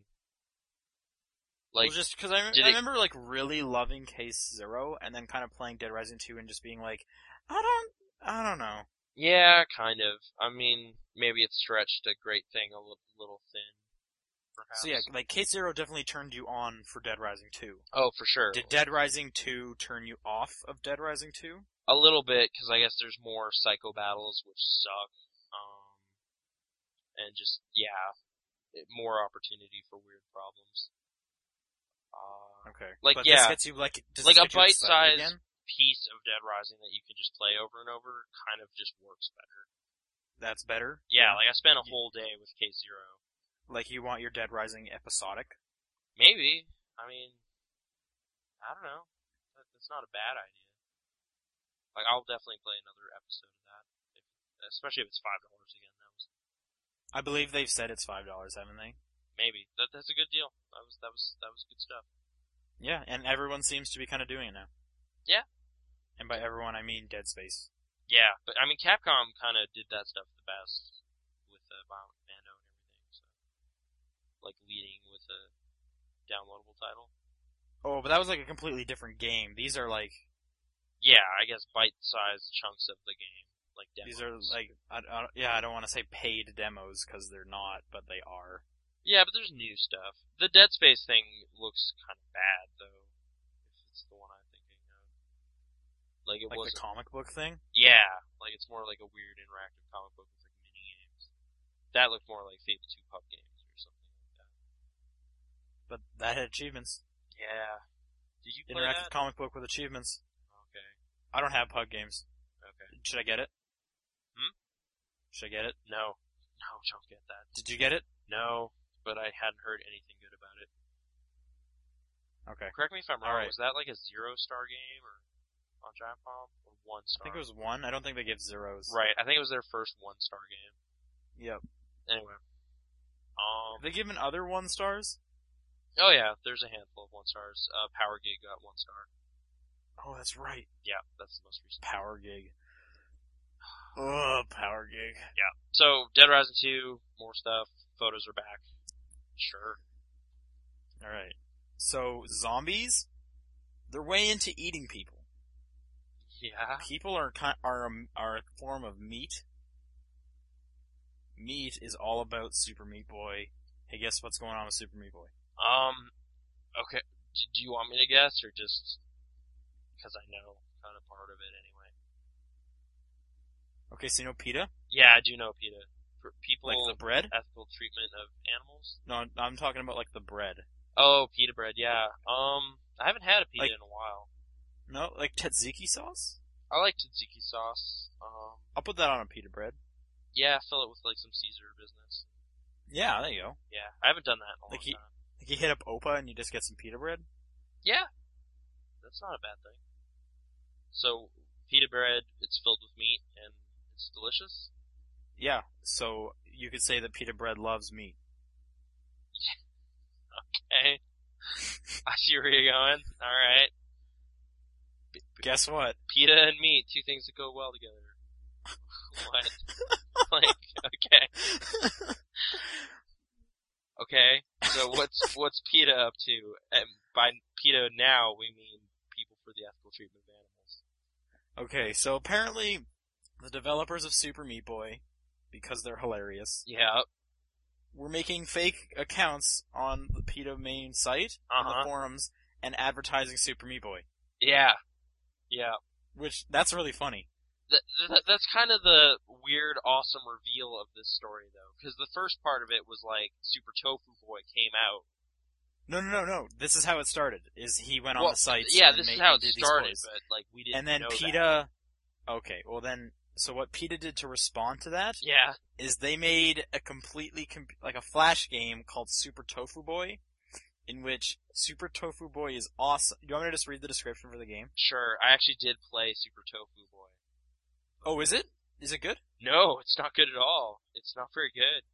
A: Like,
B: well, just because I, rem-
A: did
B: I
A: it-
B: remember like really loving Case Zero and then kind of playing Dead Rising 2 and just being like, I don't, I don't know.
A: yeah, kind of. I mean, maybe it stretched a great thing a li- little thin. Perhaps.
B: So yeah, like Case Zero definitely turned you on for Dead Rising 2.
A: Oh, for sure.
B: Did Dead Rising 2 turn you off of Dead Rising 2?
A: a little bit because I guess there's more psycho battles which suck, um, and just yeah, it, more opportunity for weird problems. Uh,
B: Okay.
A: Like,
B: but this
A: yeah.
B: gets you like, does
A: Like
B: this
A: a
B: get you excited
A: bite-sized-
B: again?
A: piece of Dead Rising that you can just play over and over kind of just works better.
B: That's better.
A: Yeah, like I spent a whole day with K Zero.
B: Like you want your Dead Rising episodic.
A: Maybe I mean, I don't know. That, that's not a bad idea. Like I'll definitely play another episode of that, if, especially if it's five dollars again. That was
B: I believe they've said it's five dollars, haven't they?
A: maybe that, that's a good deal. That was that was that was good stuff.
B: Yeah, and everyone seems to be kind of doing it now.
A: Yeah.
B: And by everyone, I mean Dead Space.
A: Yeah, but I mean, Capcom kind of did that stuff the best with uh, Bionic Commando and everything. So, like leading with a downloadable title.
B: Oh, but that was like a completely different game. These are like
A: Yeah, I guess bite-sized chunks of the game, like demos.
B: these are like I, I, yeah. I don't want to say paid demos because they're not, but they are.
A: yeah, but there's new stuff. The Dead Space thing looks kind of bad though. If it's the one I'm thinking of, like it
B: Like
A: was
B: the comic book thing.
A: Yeah, like it's more like a weird interactive comic book with like mini games. That looked more like Fable 2 pub games or something like that.
B: But that had achievements.
A: Yeah. Did you play
B: Interactive
A: that?
B: comic book with achievements.
A: okay.
B: I don't have pug games.
A: Okay.
B: Should I get it?
A: Hmm?
B: Should I get it?
A: No. No, don't get that.
B: Did you get it?
A: No, but I hadn't heard anything good about it.
B: Okay.
A: Correct me if I'm
B: All
A: wrong.
B: right.
A: Was that like a zero star game or on Giant Bomb or one
B: I
A: star?
B: think it was one. I don't think they give zeros.
A: right. I think it was their first one star game.
B: Yep.
A: Anyway. Um.
B: Have they given other one stars?
A: Oh yeah, there's a handful of one stars. Uh, Power Gig got one star.
B: Oh, that's right.
A: Yeah, that's the most recent.
B: Power gig. Ugh, power gig.
A: So Dead Rising 2, more stuff. Photos are back. Sure.
B: All right. So zombies, they're way into eating people.
A: Yeah.
B: People are ki are a, are a form of meat. Meat is all about Super Meat Boy. Hey, guess what's going on with Super Meat Boy?
A: Um, okay. d- Do you want me to guess, or just because I know kind of part of it anyway?
B: Okay, so you know PETA,
A: Yeah, I do know PETA. For people,
B: like the bread.
A: ethical treatment of animals.
B: No, I'm talking about like the bread.
A: Oh, PETA bread. Yeah. Um, I haven't had a PETA
B: Like-
A: in a while.
B: No, like tzatziki sauce.
A: I like tzatziki sauce. Um,
B: I'll put that on a pita bread.
A: yeah, fill it with like some Caesar business.
B: Yeah, there you go.
A: Yeah, I haven't done that in a long
B: Like he-
A: time.
B: Like you hit up Opa and you just get some pita bread.
A: Yeah, that's not a bad thing. So pita bread, it's filled with meat and it's delicious.
B: Yeah. So you could say that pita bread loves meat.
A: Hey, I see where you're going. All right,
B: Guess what?
A: pita and meat, two things that go well together. what? like, okay, okay. So what's what's pita up to? And by pita now, we mean people for the ethical treatment of animals.
B: Okay, so apparently the developers of Super Meat Boy, because they're hilarious,
A: Yeah.
B: were making fake accounts on the PETA main site
A: Uh
B: on
A: huh.
B: the forums and advertising Super Meat Boy.
A: Yeah. Yeah.
B: Which that's really funny.
A: Th th that's kind of the weird, awesome reveal of this story, though, because the first part of it was like Super Tofu Boy came out,
B: No no no no. This is how it started. Is he went on
A: Well,
B: the site
A: yeah,
B: and
A: this is
B: made,
A: how it
B: did these
A: started,
B: boys.
A: but like we didn't.
B: and then
A: know that.
B: PETA. Okay, well then, so what PETA did to respond to that is
A: Yeah.
B: they made a completely com- like a flash game called Super Tofu Boy, in which Super Tofu Boy is awesome. You want me to just read the description for the game?
A: Sure, I actually did play Super Tofu Boy.
B: Oh, is it? Is it good?
A: No, it's not good at all. It's not very good.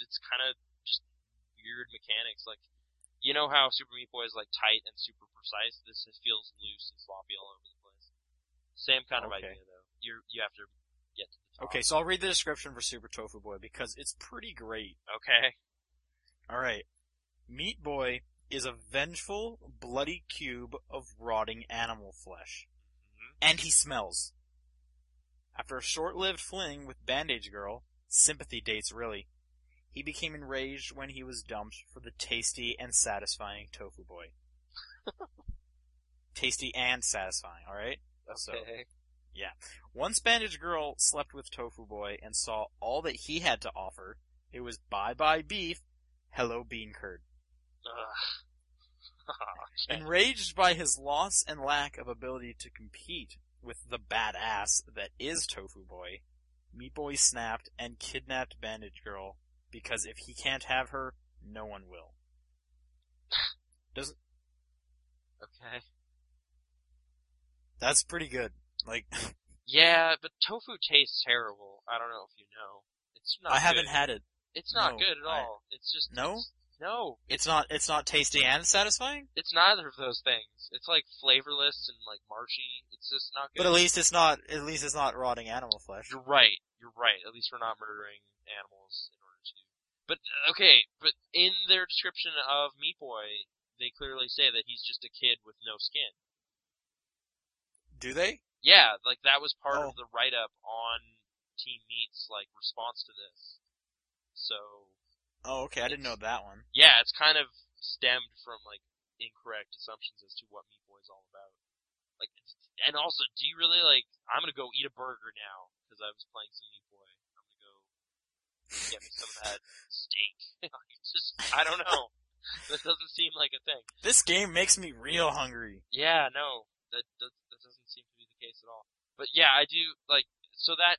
A: It's kind of just weird mechanics. Like, you know how Super Meat Boy is like tight and super precise. This is- feels loose and floppy all over the place. Same kind of
B: Okay.
A: idea though. You you have to get to the top.
B: Okay, so I'll read the description for Super Tofu Boy because it's pretty great.
A: Okay.
B: All right. Meat Boy is a vengeful, bloody cube of rotting animal flesh.
A: Mhm.
B: And he smells. After a short-lived fling with Bandage Girl, sympathy dates really, he became enraged when he was dumped for the tasty and satisfying Tofu Boy. tasty and satisfying, alright? So,
A: Okay.
B: once Bandage Girl slept with Tofu Boy and saw all that he had to offer, it was bye-bye beef, hello bean curd.
A: Ugh. okay.
B: Enraged by his loss and lack of ability to compete with the badass that is Tofu Boy, Meat Boy snapped and kidnapped Bandage Girl because if he can't have her, no one will.
A: okay.
B: That's pretty good. Like
A: Yeah, but tofu tastes terrible. I don't know if you know. It's not.
B: I haven't
A: good.
B: had it.
A: It's not
B: no,
A: good at
B: I-
A: all. It's just
B: No?
A: it's- no.
B: It's not. It's not tasty and satisfying.
A: It's neither of those things. It's like flavorless and like marshy. It's just not good.
B: But at least it's not. At least it's not rotting animal flesh.
A: You're right. You're right. At least we're not murdering animals in order to. But okay, but in their description of Meat Boy, they clearly say that he's just a kid with no skin.
B: Do they?
A: Yeah, like that was part
B: Oh.
A: of the write up on Team Meat's like response to this. So
B: Oh, okay. I didn't know that one.
A: yeah, it's kind of stemmed from like incorrect assumptions as to what Meat Boy is all about. Like, and also, do you really like? I'm gonna go eat a burger now because I was playing some Meat Boy. I'm gonna go get me some of that steak. Like, it's just, I don't know. that doesn't seem like a thing.
B: This game makes me real hungry.
A: Yeah, no, that, that that doesn't seem to be the case at all. But yeah, I do like so that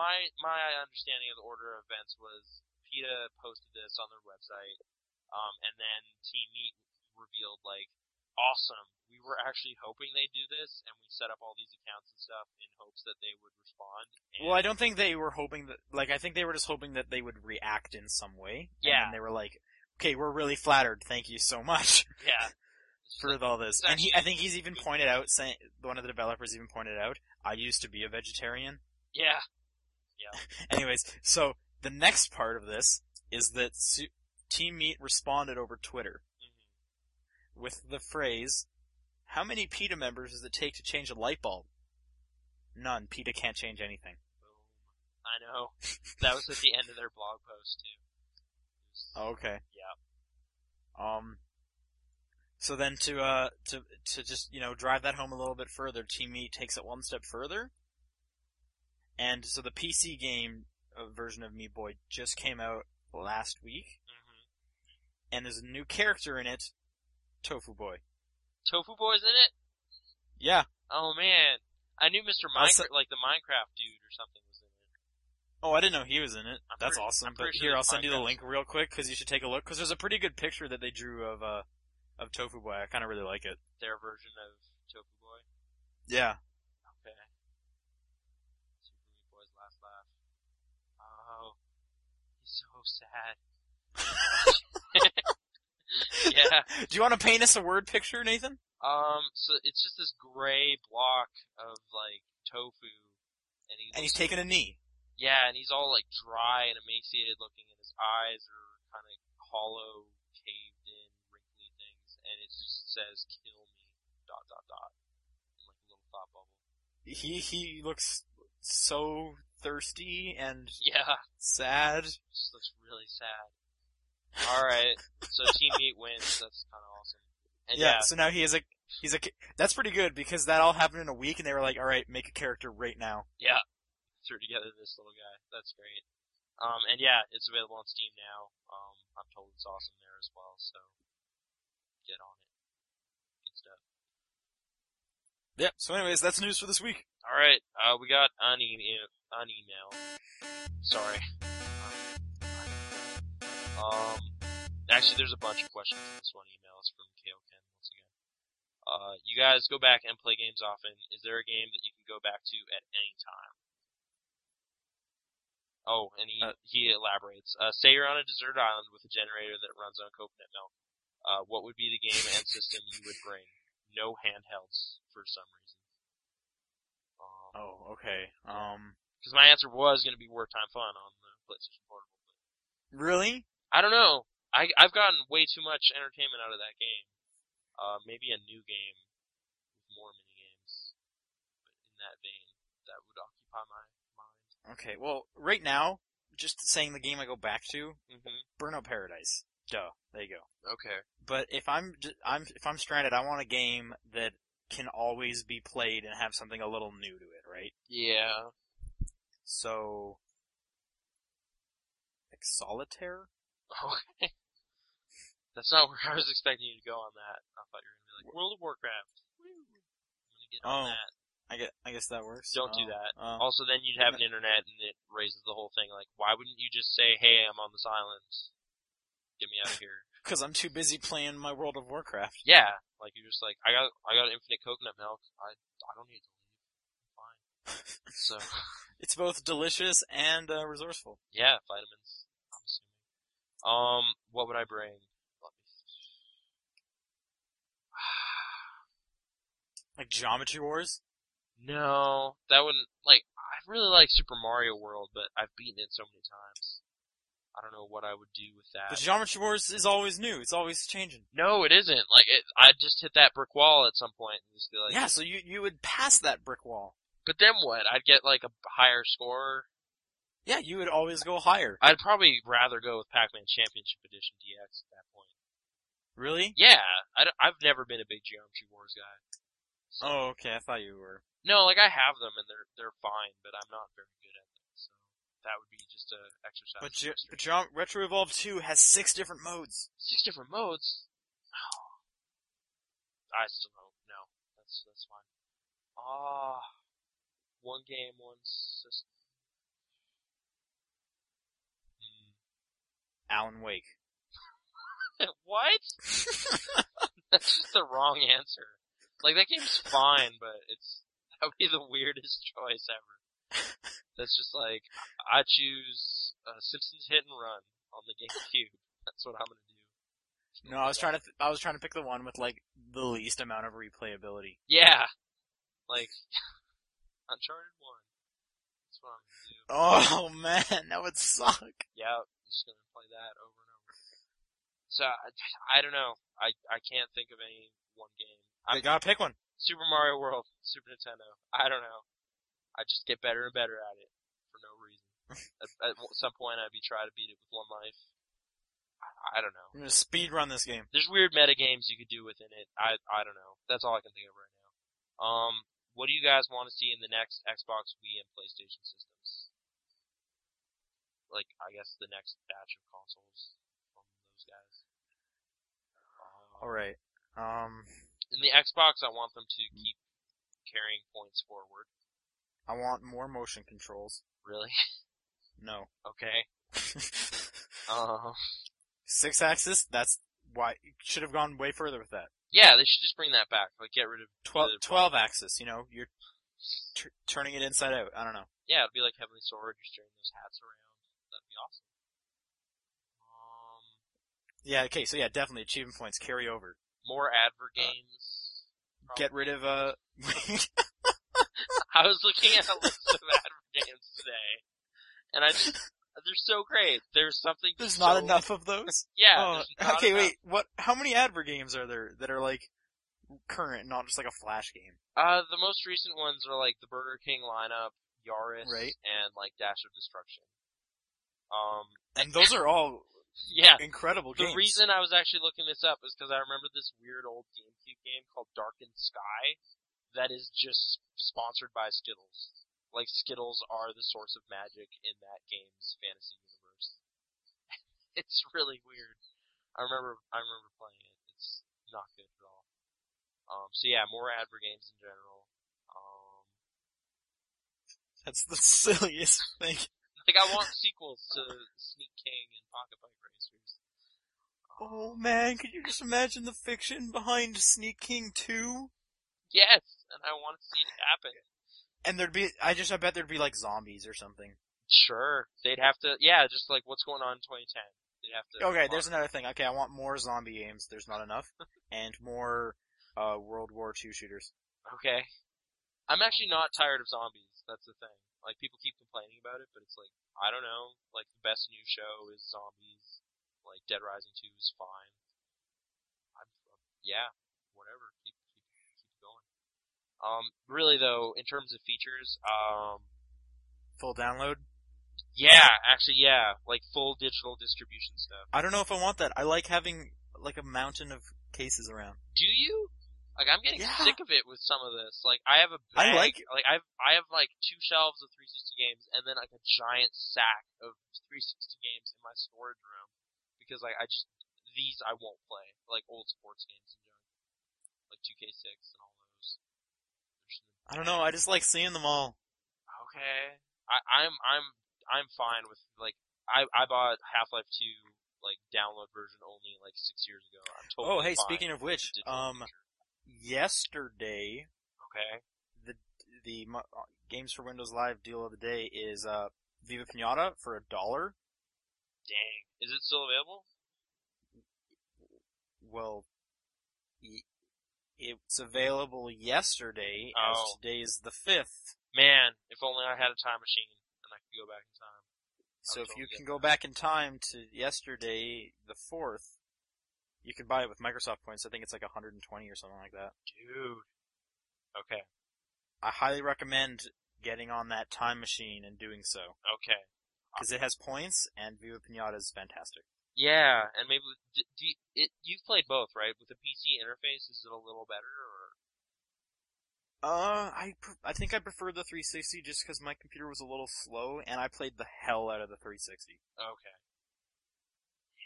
A: my my understanding of the order of events was PETA posted this on their website, um, and then Team Meat revealed like, awesome, we were actually hoping they'd do this, and we set up all these accounts and stuff in hopes that they would respond. And
B: Well, I don't think they were hoping that. Like, I think they were just hoping that they would react in some way. And
A: Yeah.
B: then they were like, "Okay, we're really flattered. Thank you so much
A: yeah, It's just
B: for
A: like,
B: all this." And he, I think he's even pointed out, saying one of the developers even pointed out, "I used to be a vegetarian."
A: yeah,
B: Anyways, so the next part of this is that Su- Team Meat responded over Twitter
A: mhm.
B: with the phrase, "How many PETA members does it take to change a light bulb?" None. PETA can't change anything.
A: boom. I know that was at the end of their blog post too.
B: Oh, okay.
A: Yeah.
B: Um. So then to uh to to just you know drive that home a little bit further, Team Meat takes it one step further. And so the PC game uh, version of Meat Boy just came out last week,
A: hmm
B: and there's a new character in it, Tofu Boy.
A: Tofu Boy's in it?
B: Yeah.
A: Oh man. I knew Mr.
B: Also-
A: Minecraft, like the Minecraft dude or something was in it.
B: Oh, I didn't know he was in it.
A: I'm
B: That's
A: pretty-
B: awesome.
A: I'm
B: But
A: pretty sure
B: here,
A: they
B: I'll send you the
A: podcast.
B: link real quick because you should take a look because there's a pretty good picture that they drew of uh of Tofu Boy. I kind of really like it.
A: Their version of Tofu Boy.
B: Yeah.
A: Okay. Super Meat Boy's last laugh. Oh, he's so sad. yeah.
B: Do you want to paint us a word picture, Nathan?
A: Um. So it's just this gray block of like tofu, and he's
B: And he's taking a knee.
A: yeah, and he's all like dry and emaciated looking, and his eyes are kind of hollow, caved in, wrinkly things, and it just says "kill me." Dot dot dot. In like a little thought bubble.
B: he he looks so thirsty and
A: Yeah.
B: sad.
A: Just looks really sad. Alright, so Team Meat wins, that's kinda awesome. And
B: yeah,
A: yeah,
B: So now he is a he's a ca- that's pretty good because that all happened in a week, and they were like, "All right, make a character right now."
A: threw together this little guy. That's great. Um, and yeah, it's available on Steam now. Um, I'm told it's awesome there as well, so get on it. Good stuff.
B: Yep. So anyways, that's news for this week.
A: All right, uh, we got an, e- an email. Sorry. Um, Actually, there's a bunch of questions in this one email. It's from Kale Ken once again. Uh, you guys go back and play games often. Is there a game that you can go back to at any time? Oh, and he,
B: Uh,
A: he elaborates. Uh, say you're on a deserted island with a generator that runs on coconut milk. Uh, what would be the game and system you would bring? No handhelds for some reason. Um,
B: Oh, okay. Um,
A: because my answer was going to be Wartime Fun on the PlayStation Portable. But
B: really?
A: I don't know. I I've gotten way too much entertainment out of that game. Uh, maybe a new game with more mini games, but in that vein, that would occupy my mind.
B: Okay. Well, right now, just saying the game I go back to,
A: Mm-hmm.
B: Burnout Paradise. Duh. There you go.
A: Okay.
B: But if I'm, j- I'm, if I'm stranded, I want a game that can always be played and have something a little new to it, right?
A: Yeah.
B: So, like solitaire.
A: Okay. That's not where I was expecting you to go on that. I thought you were gonna be like World of Warcraft. Woo. I'm gonna get on
B: Oh.
A: that.
B: I guess, I guess that works.
A: Don't
B: Oh,
A: do that.
B: oh.
A: Also, then you'd have an internet, and it raises the whole thing. Like, why wouldn't you just say, "Hey, I'm on this island. Get me out of here."
B: Because I'm too busy playing my World of Warcraft.
A: Yeah, like you're just like, I got, I got infinite coconut milk. I, I don't need to leave. I'm Fine. so,
B: It's both delicious and uh, resourceful.
A: yeah, vitamins. I'm assuming. Um, what would I bring? Let me.
B: Like Geometry Wars.
A: No, that wouldn't. Like, I really like Super Mario World, but I've beaten it so many times. I don't know what I would do with that.
B: But Geometry Wars is always new. It's always changing.
A: No, it isn't. Like, it, I just hit that brick wall at some point and just be like,
B: yeah. So you you would pass that brick wall.
A: But then what? I'd get like a higher score.
B: Yeah. You would always go higher.
A: I'd probably rather go with Pac-Man Championship Edition DX at that point.
B: Really?
A: Yeah, I don't- I've never been a big Geometry Wars guy.
B: Oh, okay. I thought you were.
A: No, like I have them and they're they're fine, but I'm not very good at them. So that would be just a exercise.
B: But,
A: in
B: Ge-
A: mystery.
B: but Geom- Retro Evolve 2 has six different modes.
A: six different modes. Oh. I still don't know. That's that's fine. Ah, one game, one system. Hmm.
B: Alan Wake.
A: what? That's just the wrong answer. Like that game's fine, but it's that would be the weirdest choice ever. That's just like I choose uh, Simpsons Hit and Run on the GameCube. That's what I'm gonna do.
B: No, I was trying to th- I was trying to pick the one with like the least amount of replayability.
A: Yeah, like Uncharted One. That's what I'm gonna do.
B: Oh man, that would suck.
A: Yeah, I'm just gonna play that over and over. So I, I don't know. I I can't think of any one game.
B: I
A: I'm
B: gotta pick one.
A: Super Mario World, Super Nintendo. I don't know. I just get better and better at it for no reason. at, at some point, I'd be trying to beat it with one life. I, I don't know.
B: I'm gonna speed run this game.
A: There's weird meta games you could do within it. I I don't know. That's all I can think of right now. Um, what do you guys want to see in the next Xbox, Wii, and PlayStation systems? Like, I guess the next batch of consoles from those guys. Um,
B: All right. Um,
A: in the Xbox, I want them to
B: Mm.
A: keep carrying points forward.
B: I want more motion controls.
A: Really?
B: No.
A: Okay. Um,
B: Six axis. That's why should have gone way further with that.
A: yeah, they should just bring that back. Like, get rid of
B: 12,
A: the-
B: 12 axis. You know, you're t- turning it inside out. I don't know.
A: Yeah, it'd be like Heavenly Sword. You're steering those hats around. That'd be awesome. Um,
B: Yeah. Okay. So yeah, definitely achievement points carry over.
A: more advert games.
B: Uh, Get rid of uh.
A: I was looking at a list of advert games today, and I just they're so great. There's something.
B: there's
A: so-
B: not enough of those.
A: Yeah.
B: Oh,
A: there's not
B: okay,
A: enough.
B: wait. What? How many advert games are there that are like current, not just like a flash game?
A: Uh, the most recent ones are like the Burger King lineup, Yaris,
B: Right.
A: and like Dash of Destruction. Um,
B: And those are all
A: yeah,
B: incredible
A: The
B: games.
A: reason I was actually looking this up is because I remember this weird old GameCube game called Darkened Sky that is just sponsored by Skittles. Like Skittles are the source of magic in that game's fantasy universe. it's really weird. I remember I remember playing it. It's not good at all. Um, so yeah, more advert games in general. Um,
B: that's the silliest thing.
A: like I want sequels to Sneak King and Pocket Bike Racers.
C: Oh man, could you just imagine the fiction behind Sneak King 2?
A: Yes, and I want to see it happen.
B: And there'd be, I just, I bet there'd be like zombies or something.
A: Sure, they'd have to. Yeah, just like what's going on in 2010. They'd have to.
B: Okay, there's another thing. Okay, I want more zombie games. There's not enough. and more, uh, World War II shooters.
A: Okay, I'm actually not tired of zombies. That's the thing. Like people keep complaining about it, but it's like I don't know. Like the best new show is zombies. Like Dead Rising 2 is fine. I'm, I'm- yeah, whatever. Keep keep keep going. Um, really though, in terms of features, um,
B: Full download.
A: yeah, actually, yeah, like full digital distribution stuff.
B: I don't know if I want that. I like having like a mountain of cases around.
A: do you? Like I'm getting
B: Yeah.
A: sick of it with some of this. Like I have a
B: I
A: bag,
B: like
A: like I've I have like two shelves of 360 games and then like a giant sack of 360 games in my storage room because like I just these I won't play like old sports games and junk like 2K6 and all those.
B: I don't know. I just like seeing them all.
A: Okay, I, I'm I'm I'm fine with like I I bought Half Life 2 like download version only like six years ago. I'm totally
B: Oh, hey,
A: fine
B: speaking of which,
A: with the digital
B: um,
A: feature.
B: yesterday
A: okay,
B: the mo- uh, games for Windows Live deal of the day is uh Viva Pinata for a dollar.
A: dang, is it still available?
B: Well, y- it's available yesterday. As
A: Oh.
B: today is the fifth.
A: Man, if only I had a time machine and I could go back in time.
B: So
A: I
B: if
A: totally
B: you
A: get
B: can go back in time to yesterday, the fourth, you can buy it with Microsoft points. I think it's like 120 or something like that.
A: Dude. Okay.
B: I highly recommend getting on that time machine and doing so
A: Okay.
B: because it has points and Viva Pinata is fantastic.
A: Yeah, and maybe with, d do you, it, you've played both, right? With the PC interface, is it a little better or?
B: Uh, I pre- I think I prefer the 360 just because my computer was a little slow and I played the hell out of the 360.
A: Okay.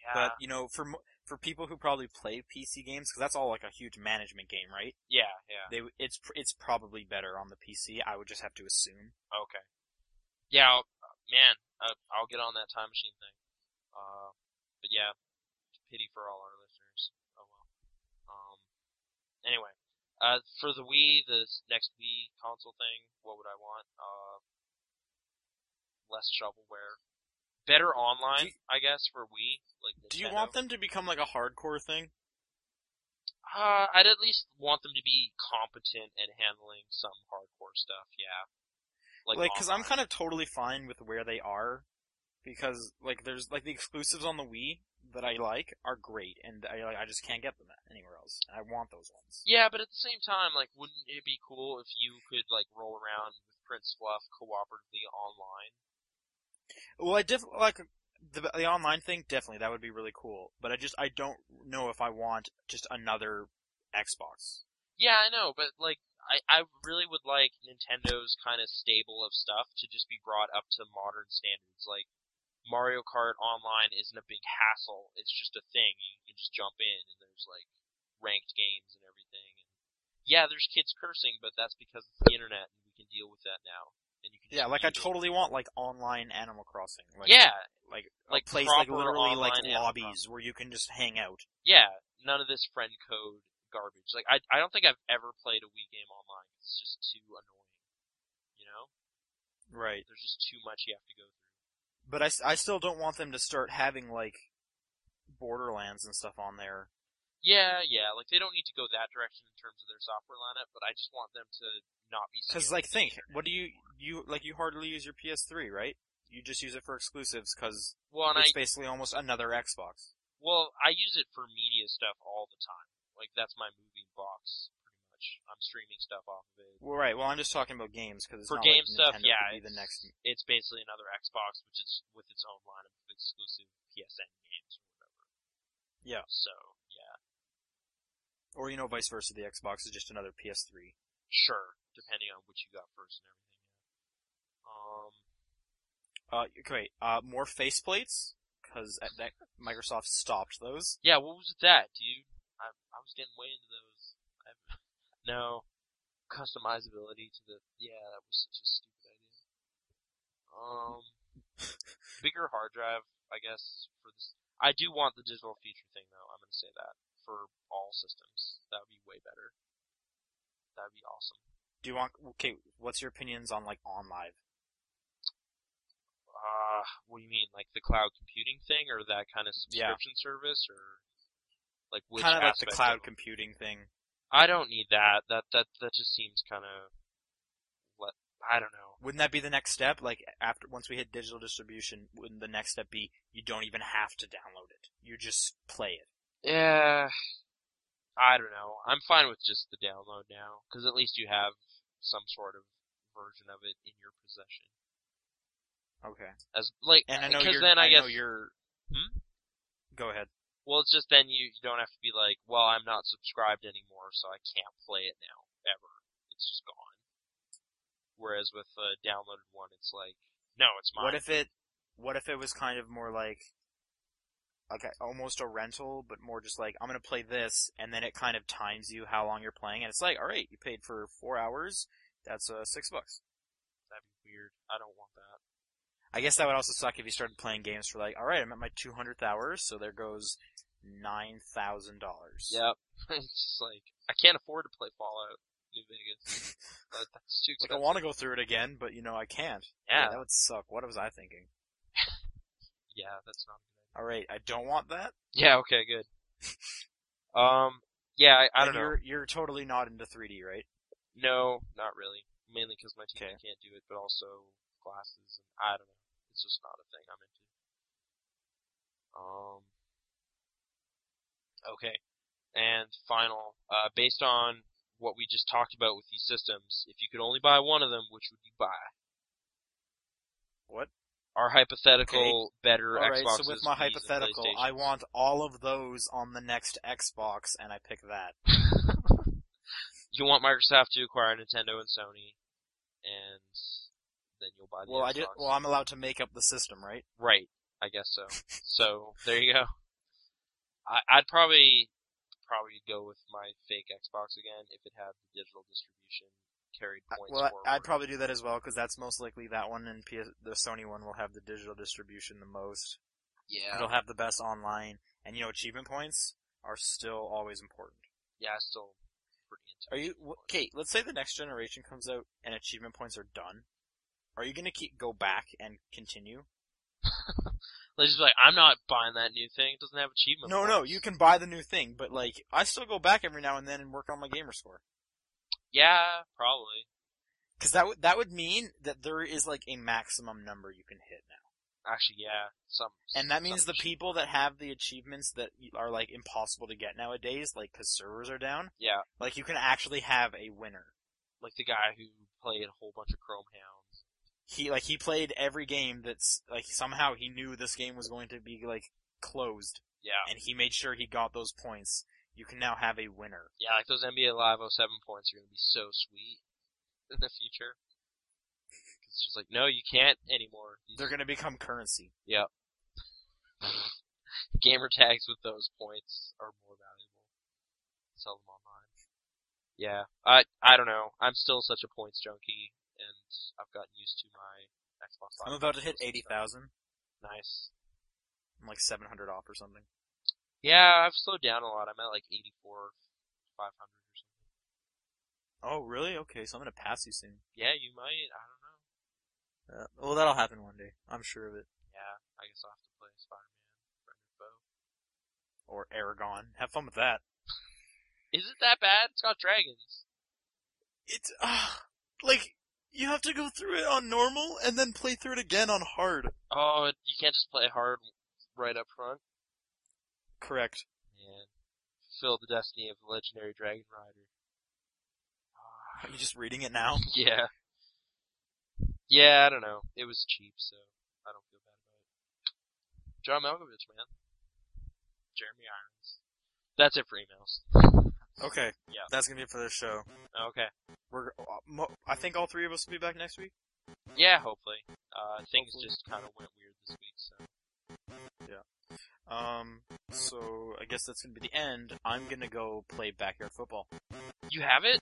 A: Yeah.
B: But you know, for mo- for people who probably play PC games, because that's all like a huge management game, right?
A: yeah. Yeah.
B: They w- it's pr- it's probably better on the PC. I would just have to assume.
A: Okay. Yeah. I'll, uh, man, uh, I'll get on that time machine thing. Uh, but yeah, pity for all our listeners. Oh well. Um. Anyway, uh, for the Wii, the s- next Wii console thing, what would I want? Uh, less shovelware, better online, I guess, for Wii. Like,
B: Do you
A: Nintendo.
B: want them to become like a hardcore thing?
A: Uh, I'd at least want them to be competent at handling some hardcore stuff. Yeah.
B: Like, because I'm kind
A: online.
B: of totally fine with where they are, because like there's like the exclusives on the Wii that I like are great, and I like I just can't get them anywhere else. And I want those ones.
A: Yeah, but at the same time, like, wouldn't it be cool if you could like roll around with Prince Fluff cooperatively online?
B: Well, I def like the, the online thing. Definitely, that would be really cool. But I just I don't know if I want just another Xbox.
A: Yeah, I know, but like, I I really would like Nintendo's kind of stable of stuff to just be brought up to modern standards. Like, Mario Kart Online isn't a big hassle; it's just a thing. You can just jump in, and there's like ranked games and everything. And yeah, there's kids cursing, but that's because it's the internet, and we can deal with that now. And you can
B: Yeah,
A: just
B: like I
A: mute it.
B: totally want like online Animal Crossing. Like,
A: yeah,
B: like a
A: like
B: place like
A: proper
B: literally like
A: online Animal
B: lobbies where you can just hang out.
A: yeah, none of this friend code garbage. Like I I don't think I've ever played a Wii game online. It's just too annoying. You know?
B: Right.
A: There's just too much you have to go through.
B: But I s- I still don't want them to start having like Borderlands and stuff on there.
A: Yeah, yeah, like they don't need to go that direction in terms of their software lineup, but I just want them to not be
B: Because
A: scared
B: like
A: of the
B: think,
A: internet.
B: what do you you like you hardly use your PS3, right? You just use it for exclusives because
A: well, and I
B: it's basically almost another Xbox.
A: well, I use it for media stuff all the time. Like that's my movie box pretty much. I'm streaming stuff off of it.
B: Well, right. Well, I'm just talking about games because it's
A: for
B: not
A: game
B: like
A: stuff,
B: Nintendo
A: yeah,
B: could be
A: it's,
B: the next.
A: it's basically another Xbox, which is with its own line of exclusive PSN games or whatever.
B: Yeah.
A: So yeah,
B: Or you know, vice versa. The Xbox is just another PS3.
A: sure, depending on what you got first and everything. Um,
B: Uh, great. Uh, more faceplates because that Microsoft stopped those.
A: yeah, what was that, dude? I I was getting way into those. I, no customizability to the yeah, that was such a stupid idea. Um, bigger hard drive, I guess for this. I I do want the digital feature thing though. I'm gonna say that for all systems. That would be way better. That would be awesome.
B: Do you want? Okay, what's your opinions on like on live?
A: Uh, what do you mean, like the cloud computing thing, or that kind of subscription service, or like which
B: Kind of like the
A: aspect of
B: cloud
A: it?
B: computing thing.
A: I don't need that. That that that just seems kind of. Let I don't know.
B: Wouldn't that be the next step? Like after once we hit digital distribution, wouldn't the next step be you don't even have to download it? You just play it.
A: Yeah, I don't know. I'm fine with just the download now, because at least you have some sort of version of it in your possession.
B: Okay.
A: As like,
B: And I know
A: Uh, 'cause
B: you're.
A: then I, guess
B: know you're.
A: Hmm?
B: Go ahead.
A: Well, it's just then you, you don't have to be like, well, I'm not subscribed anymore, so I can't play it now ever. It's just gone. Whereas with a downloaded one, it's like, no, it's mine.
B: What if it?
C: What if it was kind of more like, like a- almost a rental, but more just like I'm gonna play this, and then it kind of times you how long you're playing, and it's like, all right, you paid for four hours, that's uh, six bucks.
A: That'd be weird. I don't want that.
C: I guess that would also suck if you started playing games for like, all right, I'm at my 200th hour, so there goes nine thousand dollars.
A: Yep. it's just like I can't afford to play Fallout New Vegas. But that's too
C: Like I
A: expensive.
C: want to go through it again, but you know I can't.
A: yeah,
C: that would suck. What was I thinking?
A: yeah, that's not.
C: All right, I don't want that.
A: Yeah. Okay. Good. um. Yeah. I,
C: And
A: I don't know.
C: You're you're totally not into 3D, right?
A: No, not really. Mainly because my teacher
C: Okay.
A: can't do it, but also glasses. And I don't know. It's just not a thing I'm into. Um. Okay. And final, uh, based on what we just talked about with these systems, if you could only buy one of them, which would you buy?
B: What?
A: Our hypothetical better
C: All right,
A: Xboxes.
C: so with my
A: Wiis, and
C: hypothetical,
A: PlayStations.
C: I want all of those on the next Xbox, and I pick that.
A: you want Microsoft to acquire Nintendo and Sony, and then you'll buy the
C: Well,
A: Xbox.
C: I did, well, I'm allowed to make up the system, right?
A: right, I guess so. so there you go. I, I'd probably probably go with my fake Xbox again if it had the digital distribution carried
C: I-
A: points
C: well,
A: forward.
C: I- I'd probably do that as well because that's most likely that one and PS- the Sony one will have the digital distribution the most.
A: yeah,
C: It'll have the best online, and you know, achievement points are still always important.
A: yeah, it's still pretty intense.
B: Are you wh- okay? Let's say the next generation comes out and achievement points are done. Are you gonna keep go back and continue?
A: Let's just be like, I'm not buying that new thing. It doesn't have achievement.
B: No, no,
A: points.
B: you can buy the new thing, but like I still go back every now and then and work on my gamer score.
A: Yeah, probably.
B: Cause that would that would mean that there is like a maximum number you can hit now,
A: Actually, yeah, some.
B: and that means
A: some
B: the people that have the achievements that are like impossible to get nowadays, like cause servers are down,
A: Yeah,
B: like you can actually have a winner.
A: like the guy who played a whole bunch of Chrome Hounds.
B: He like he played every game that's like somehow he knew this game was going to be like closed,
A: Yeah,
B: and he made sure he got those points. You can now have a winner.
A: yeah, like those NBA Live 07 points are going to be so sweet in the future. 'Cause It's just like, no, you can't anymore. These
B: They're gonna become currency.
A: gamer tags with those points are more valuable. Sell them online. Yeah, I I don't know. I'm still such a points junkie, and I've gotten used to my Xbox. Live
B: I'm about to hit
A: points.
B: eighty thousand.
A: Nice.
B: I'm like seven hundred off or something.
A: Yeah, I've slowed down a lot. I'm at like 84, 500 or something.
B: Oh, really? Okay, so I'm gonna pass you soon.
A: Yeah, you might. I don't know.
B: Uh, well, that'll happen one day. I'm sure of it.
A: Yeah, I guess I'll have to play Spider-Man. Brendan Bow.
B: Or Aragon. Have fun with that.
A: Is it that bad? It's got dragons.
B: It's uh, like you have to go through it on normal and then play through it again on hard.
A: Oh, it- you can't just play hard right up front.
B: Correct.
A: Man, fulfill the destiny of the legendary dragon rider.
B: Are you just reading it now?
A: yeah. Yeah, I don't know. It was cheap, so I don't feel bad about it. John Malkovich, man. Jeremy Irons. That's it for emails.
B: Okay.
A: Yeah.
B: That's gonna be it for this show.
A: Okay.
B: We're. Uh, mo- I think all three of us will be back next week.
A: Yeah, hopefully. Uh, things
B: Hopefully.
A: just kind of went weird this week, so.
B: Um. So I guess that's gonna be the end. I'm gonna go play backyard football.
A: You have it?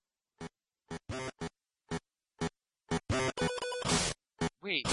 A: Wait.